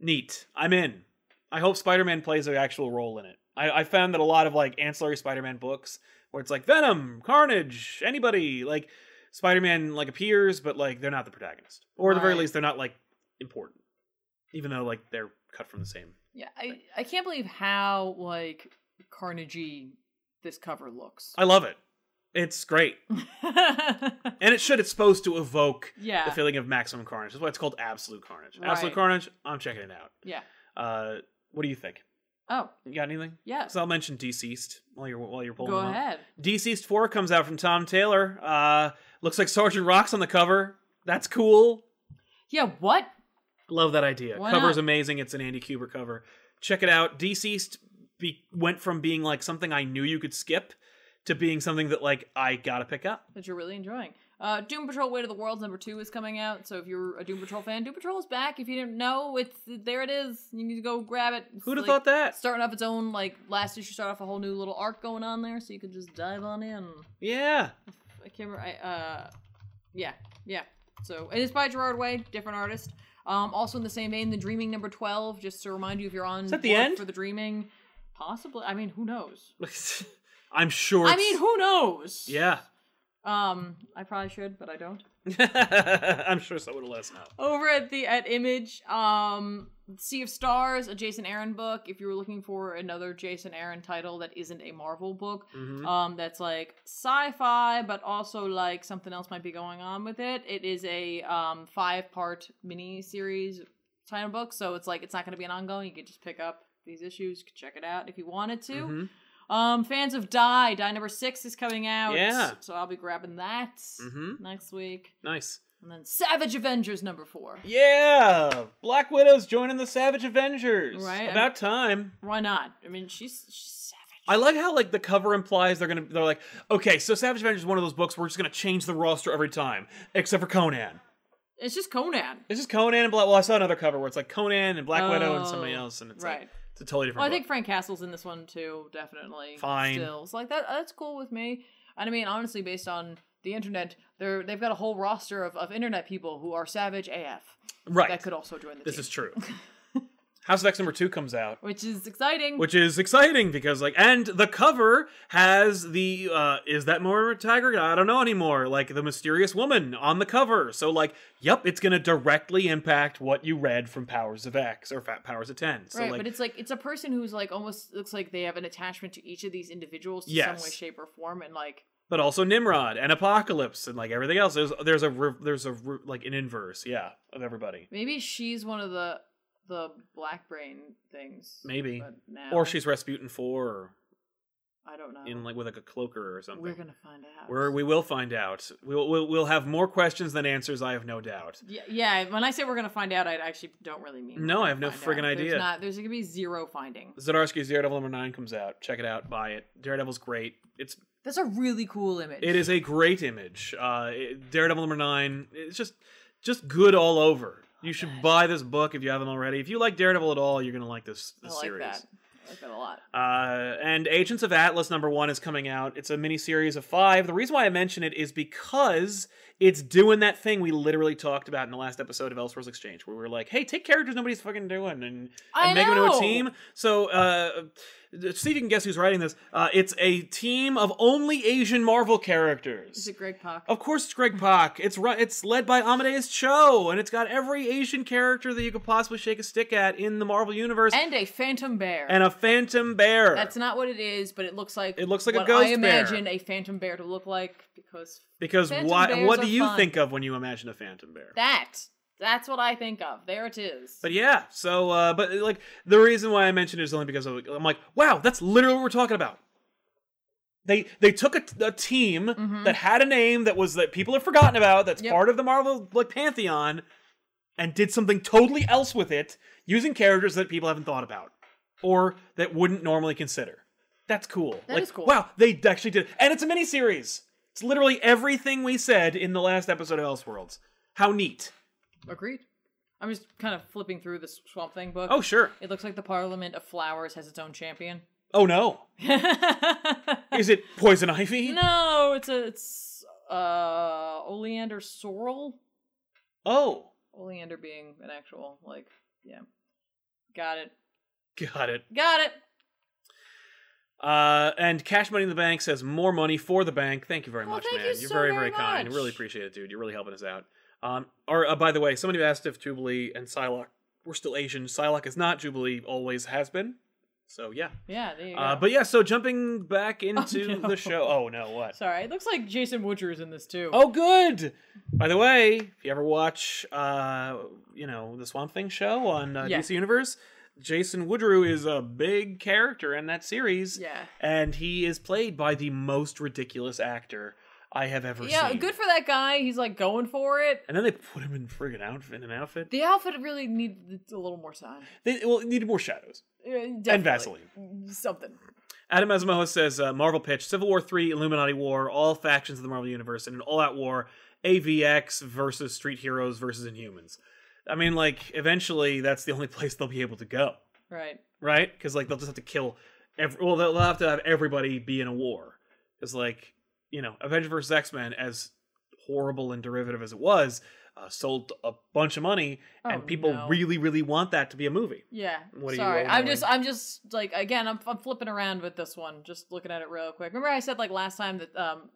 Speaker 1: neat. I'm in. I hope Spider Man plays an actual role in it. I, I found that a lot of like ancillary Spider Man books where it's like Venom, Carnage, anybody like Spider Man like appears, but like they're not the protagonist, or at the very
Speaker 2: Right.
Speaker 1: least they're not like important, even though like they're cut from the same.
Speaker 2: Yeah, I, I can't believe how like carnagey this cover looks.
Speaker 1: I love it. It's great, and it should. It's supposed to evoke the
Speaker 2: yeah,
Speaker 1: feeling of maximum carnage. That's why it's called absolute carnage. Absolute
Speaker 2: Right.
Speaker 1: carnage. I'm checking it out.
Speaker 2: yeah.
Speaker 1: Uh, what do you think?
Speaker 2: Oh,
Speaker 1: You got anything?
Speaker 2: yeah.
Speaker 1: So I'll mention deceased while you're while you're pulling.
Speaker 2: Go
Speaker 1: them up.
Speaker 2: ahead.
Speaker 1: Deceased 4 comes out from Tom Taylor. Uh, looks like Sergeant Rock's on the cover. That's cool.
Speaker 2: Yeah, what?
Speaker 1: Love that idea.
Speaker 2: Why
Speaker 1: Cover's
Speaker 2: not?
Speaker 1: amazing. It's an Andy Kuber cover. Check it out. Deceased be- went from being like something I knew you could skip to being something that like I gotta pick up.
Speaker 2: That you're really enjoying. Uh, Doom Patrol: Way to the World number two is coming out. So if you're a Doom Patrol fan, Doom Patrol is back. If you didn't know, it's there. It is. You need to go grab it. It's
Speaker 1: Who'd have
Speaker 2: like
Speaker 1: thought that?
Speaker 2: Starting off its own like last issue, start off a whole new little arc going on there, so you could just dive on in.
Speaker 1: Yeah.
Speaker 2: I can't remember. I, uh, yeah, yeah. So it is by Gerard Way, different artist. Um, also in the same vein, The Dreaming number twelve. Just to remind you, if you're on
Speaker 1: that the
Speaker 2: board
Speaker 1: end?
Speaker 2: for The Dreaming, possibly. I mean, who knows?
Speaker 1: I'm sure.
Speaker 2: I mean,
Speaker 1: it's-
Speaker 2: who knows?
Speaker 1: yeah.
Speaker 2: Um, I probably should, but I don't.
Speaker 1: I'm sure someone will let us know.
Speaker 2: over at the at image um sea of stars a jason aaron book if you were looking for another jason aaron title that isn't a marvel book
Speaker 1: Mhm.
Speaker 2: um that's like sci-fi but also like something else might be going on with it it is a um five part mini series title book so it's like it's not going to be an ongoing you could just pick up these issues you could check it out if you wanted to
Speaker 1: Mhm.
Speaker 2: um fans of die die number six is coming out
Speaker 1: Yeah.
Speaker 2: so i'll be grabbing that
Speaker 1: Mhm.
Speaker 2: next week
Speaker 1: Nice.
Speaker 2: and then savage avengers number four
Speaker 1: Yeah, Black Widow's joining the Savage Avengers.
Speaker 2: Right,
Speaker 1: About time.
Speaker 2: Why not? I mean, she's she's
Speaker 1: I
Speaker 2: savage.
Speaker 1: like how like the cover implies they're gonna they're like okay so Savage Avengers is one of those books we're just gonna change the roster every time except for Conan.
Speaker 2: it's just Conan,
Speaker 1: It's just Conan and Black. Well, I saw another cover where it's like Conan and Black Widow and
Speaker 2: Oh,
Speaker 1: somebody else, and it's
Speaker 2: right?
Speaker 1: like it's a totally different.
Speaker 2: well, I
Speaker 1: book.
Speaker 2: think Frank Castle's in this one too, definitely.
Speaker 1: Fine.
Speaker 2: Still, so like that. That's cool with me. And I mean, honestly, based on the internet, they're they've got a whole roster of, of internet people who are savage AF
Speaker 1: right.
Speaker 2: that could also join the
Speaker 1: this
Speaker 2: team,
Speaker 1: is true. House of X number two comes out,
Speaker 2: which is exciting.
Speaker 1: which is exciting because like, and the cover has the uh is that Moira Tiger? I don't know anymore. Like the mysterious woman on the cover. So like, yep, it's gonna directly impact what you read from Powers of X or Fat Powers of Ten. So
Speaker 2: right,
Speaker 1: like,
Speaker 2: but it's like it's a person who's like almost looks like they have an attachment to each of these individuals in some way,
Speaker 1: Yes.
Speaker 2: shape, or form, and like
Speaker 1: but also Nimrod and Apocalypse and like everything else. There's there's a re- there's a re- like an inverse, yeah, of everybody.
Speaker 2: maybe she's one of the the black brain things.
Speaker 1: Maybe.
Speaker 2: but now,
Speaker 1: Or she's Rasputin four or
Speaker 2: I don't know.
Speaker 1: in like with like a cloaker or something.
Speaker 2: We're gonna find out.
Speaker 1: Where we will find out. We'll, we'll we'll have more questions than answers. I have no doubt.
Speaker 2: Yeah, yeah. When I say we're gonna find out, I actually don't really mean. we're
Speaker 1: No, I
Speaker 2: gonna
Speaker 1: have no
Speaker 2: find
Speaker 1: friggin'
Speaker 2: out.
Speaker 1: idea.
Speaker 2: There's, not, there's gonna be zero finding.
Speaker 1: Zadarsky's Daredevil number nine comes out. Check it out. Buy it. Daredevil's great. It's
Speaker 2: That's a really cool image.
Speaker 1: it is a great image. Uh, it- Daredevil number nine. It's just just good all over. You should buy this book if you haven't already. If you like Daredevil at all, you're gonna like this,
Speaker 2: I
Speaker 1: this
Speaker 2: like
Speaker 1: series.
Speaker 2: that. I like that a lot.
Speaker 1: Uh, and Agents of Atlas number one is coming out. It's a mini series of five. The reason why I mention it is because it's doing that thing we literally talked about in the last episode of Elseworlds Exchange, where we were like, "Hey, take characters nobody's fucking doing and,
Speaker 2: I
Speaker 1: and make them into
Speaker 2: know!
Speaker 1: a team." So, uh, see if you can guess who's writing this. Uh, it's a team of only Asian Marvel
Speaker 2: Is
Speaker 1: characters.
Speaker 2: it Greg Pak?
Speaker 1: Of course, it's Greg Pak. It's run, it's led by Amadeus Cho, and it's got every Asian character that you could possibly shake a stick at in the Marvel universe, and,
Speaker 2: And a phantom bear.
Speaker 1: a Phantom Bear.
Speaker 2: That's not what it is, but it looks like
Speaker 1: It looks like a
Speaker 2: what
Speaker 1: ghost bear.
Speaker 2: I imagine a phantom bear to look like because
Speaker 1: Because
Speaker 2: Phantom
Speaker 1: why,
Speaker 2: bears
Speaker 1: what
Speaker 2: are
Speaker 1: do you
Speaker 2: fun.
Speaker 1: think of when you imagine a phantom bear?
Speaker 2: that that's what I think of. There it is.
Speaker 1: but yeah, so uh, but like the reason why I mentioned it is only because of, I'm like, wow, that's literally what we're talking about. They they took a, a team
Speaker 2: Mhm.
Speaker 1: that had a name that was that people have forgotten about that's
Speaker 2: Yep.
Speaker 1: part of the Marvel like pantheon, and did something totally else with it using characters that people haven't thought about or that wouldn't normally consider. That's cool.
Speaker 2: That
Speaker 1: like,
Speaker 2: is cool.
Speaker 1: Wow, they actually did, it. and it's a miniseries. It's literally everything we said in the last episode of Elseworlds. How neat!
Speaker 2: Agreed. I'm just kind of flipping through this Swamp Thing book.
Speaker 1: Oh sure.
Speaker 2: It looks like the Parliament of Flowers has its own champion.
Speaker 1: Oh no. Is it poison ivy?
Speaker 2: No, it's a it's uh oleander sorrel.
Speaker 1: Oh,
Speaker 2: Oleander being an actual like yeah. Got it.
Speaker 1: got it.
Speaker 2: Got it.
Speaker 1: Uh, and Cash Money in the Bank says more money for the bank. Thank you very
Speaker 2: Well,
Speaker 1: much,
Speaker 2: thank
Speaker 1: man.
Speaker 2: you
Speaker 1: are
Speaker 2: so
Speaker 1: very,
Speaker 2: very
Speaker 1: very kind.
Speaker 2: much.
Speaker 1: Really appreciate it, dude. You're really helping us out. Um, or uh, by the way, somebody asked if Jubilee and Psylocke were still Asian. Psylocke is not. Jubilee always has been. So yeah.
Speaker 2: Yeah, there you go. Oh,
Speaker 1: Uh, but yeah, so jumping back into
Speaker 2: no.
Speaker 1: the show. Oh no, what?
Speaker 2: Sorry, it looks like Jason Woodger is in this too.
Speaker 1: Oh, good. By the way, if you ever watch, uh, you know, the Swamp Thing show on uh,
Speaker 2: Yeah.
Speaker 1: DC Universe, Jason Woodrue is a big character in that series,
Speaker 2: yeah.
Speaker 1: and he is played by the most ridiculous actor I have ever
Speaker 2: Yeah,
Speaker 1: seen.
Speaker 2: good for that guy. He's like going for it.
Speaker 1: And then they put him in friggin' outfit, an outfit.
Speaker 2: The outfit really needed a little more time.
Speaker 1: They well it needed more shadows
Speaker 2: Uh,
Speaker 1: and
Speaker 2: definitely.
Speaker 1: Vaseline.
Speaker 2: Something.
Speaker 1: Adam Asamoah says uh, Marvel pitch Civil War 3, Illuminati War, all factions of the Marvel Universe, and an all out war AVX versus Street Heroes versus Inhumans. I mean, like, eventually that's the only place they'll be able to go,
Speaker 2: Right.
Speaker 1: right? Because, like, they'll just have to kill. Every- well, they'll have to have everybody be in a war. Because, like, you know, Avengers versus X Men, as horrible and derivative as it was, uh, sold a bunch of money,
Speaker 2: Oh,
Speaker 1: and people
Speaker 2: no.
Speaker 1: really, really want that to be a movie.
Speaker 2: Yeah.
Speaker 1: What are you
Speaker 2: Sorry.
Speaker 1: rolling
Speaker 2: I'm
Speaker 1: with?
Speaker 2: just I'm just like again, I'm I'm flipping around with this one, just looking at it real quick. Remember I said like last time that um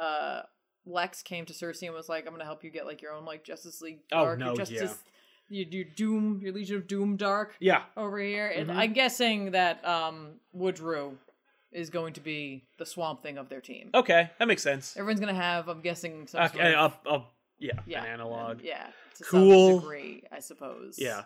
Speaker 2: uh Lex came to Cersei and was like, I'm gonna help you get like your own like Justice League
Speaker 1: Oh,
Speaker 2: Dark, your
Speaker 1: no,
Speaker 2: Justice your, your Doom, your Legion of Doom Dark
Speaker 1: Yeah,
Speaker 2: over here. And
Speaker 1: Mhm.
Speaker 2: I'm guessing that um Woodrow is going to be the swamp thing of their team.
Speaker 1: okay, that makes sense.
Speaker 2: Everyone's gonna have, I'm guessing, some sort
Speaker 1: Oh. Okay,
Speaker 2: of,
Speaker 1: up, up, yeah,
Speaker 2: yeah,
Speaker 1: an analog.
Speaker 2: Yeah. To
Speaker 1: Cool.
Speaker 2: some degree, I suppose.
Speaker 1: Yeah.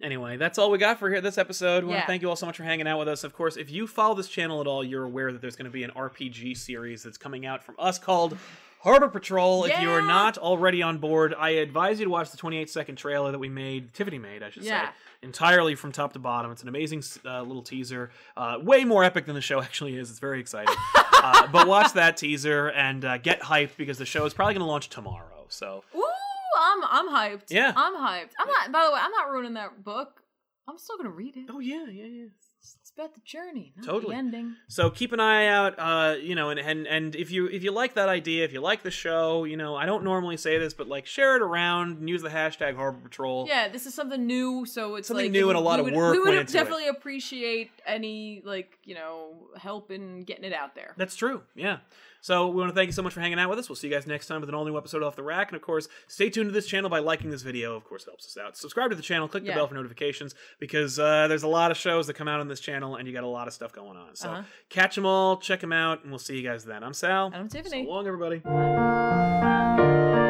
Speaker 1: Anyway, that's all we got for here this episode. We want
Speaker 2: Yeah.
Speaker 1: to thank you all so much for hanging out with us. Of course, if you follow this channel at all, you're aware that there's going to be an RPG series that's coming out from us called Harbor Patrol. If you are
Speaker 2: Yeah.
Speaker 1: not already on board, I advise you to watch the 28 second trailer that we made, Tiffany made, I should
Speaker 2: Yeah.
Speaker 1: say, entirely from top to bottom. It's an amazing uh, little teaser. Uh, way more epic than the show actually is. It's very exciting. uh, but watch that teaser and uh, get hyped because the show is probably going to launch tomorrow. So,
Speaker 2: Ooh, I'm I'm hyped.
Speaker 1: Yeah.
Speaker 2: I'm hyped. I'm not. By the way, I'm not ruining that book. I'm still gonna read it.
Speaker 1: oh, yeah, yeah, yeah.
Speaker 2: It's about the journey, not
Speaker 1: Totally.
Speaker 2: the ending.
Speaker 1: So keep an eye out, uh, you know, and, and and if you if you like that idea, if you like the show, you know, I don't normally say this, but like share it around and use the hashtag Harbor Patrol.
Speaker 2: Yeah, this is something new, so it's
Speaker 1: Something
Speaker 2: like,
Speaker 1: new
Speaker 2: if
Speaker 1: and a lot
Speaker 2: we
Speaker 1: of
Speaker 2: would-
Speaker 1: work
Speaker 2: We would
Speaker 1: went into it.
Speaker 2: definitely appreciate any like you know help in getting it out there.
Speaker 1: That's true. Yeah. So we want to thank you so much for hanging out with us. We'll see you guys next time with an all new episode of off the rack. And of course, stay tuned to this channel by liking this video. Of course, it helps us out. Subscribe to the channel, click the
Speaker 2: Yeah.
Speaker 1: bell for notifications because uh, there's a lot of shows that come out on this channel, and you got a lot of stuff going on. So
Speaker 2: Uh-huh.
Speaker 1: catch them all, check them out, and we'll see you guys then. I'm Sal.
Speaker 2: And I'm
Speaker 1: so
Speaker 2: Tiffany.
Speaker 1: long, everybody.
Speaker 2: Bye.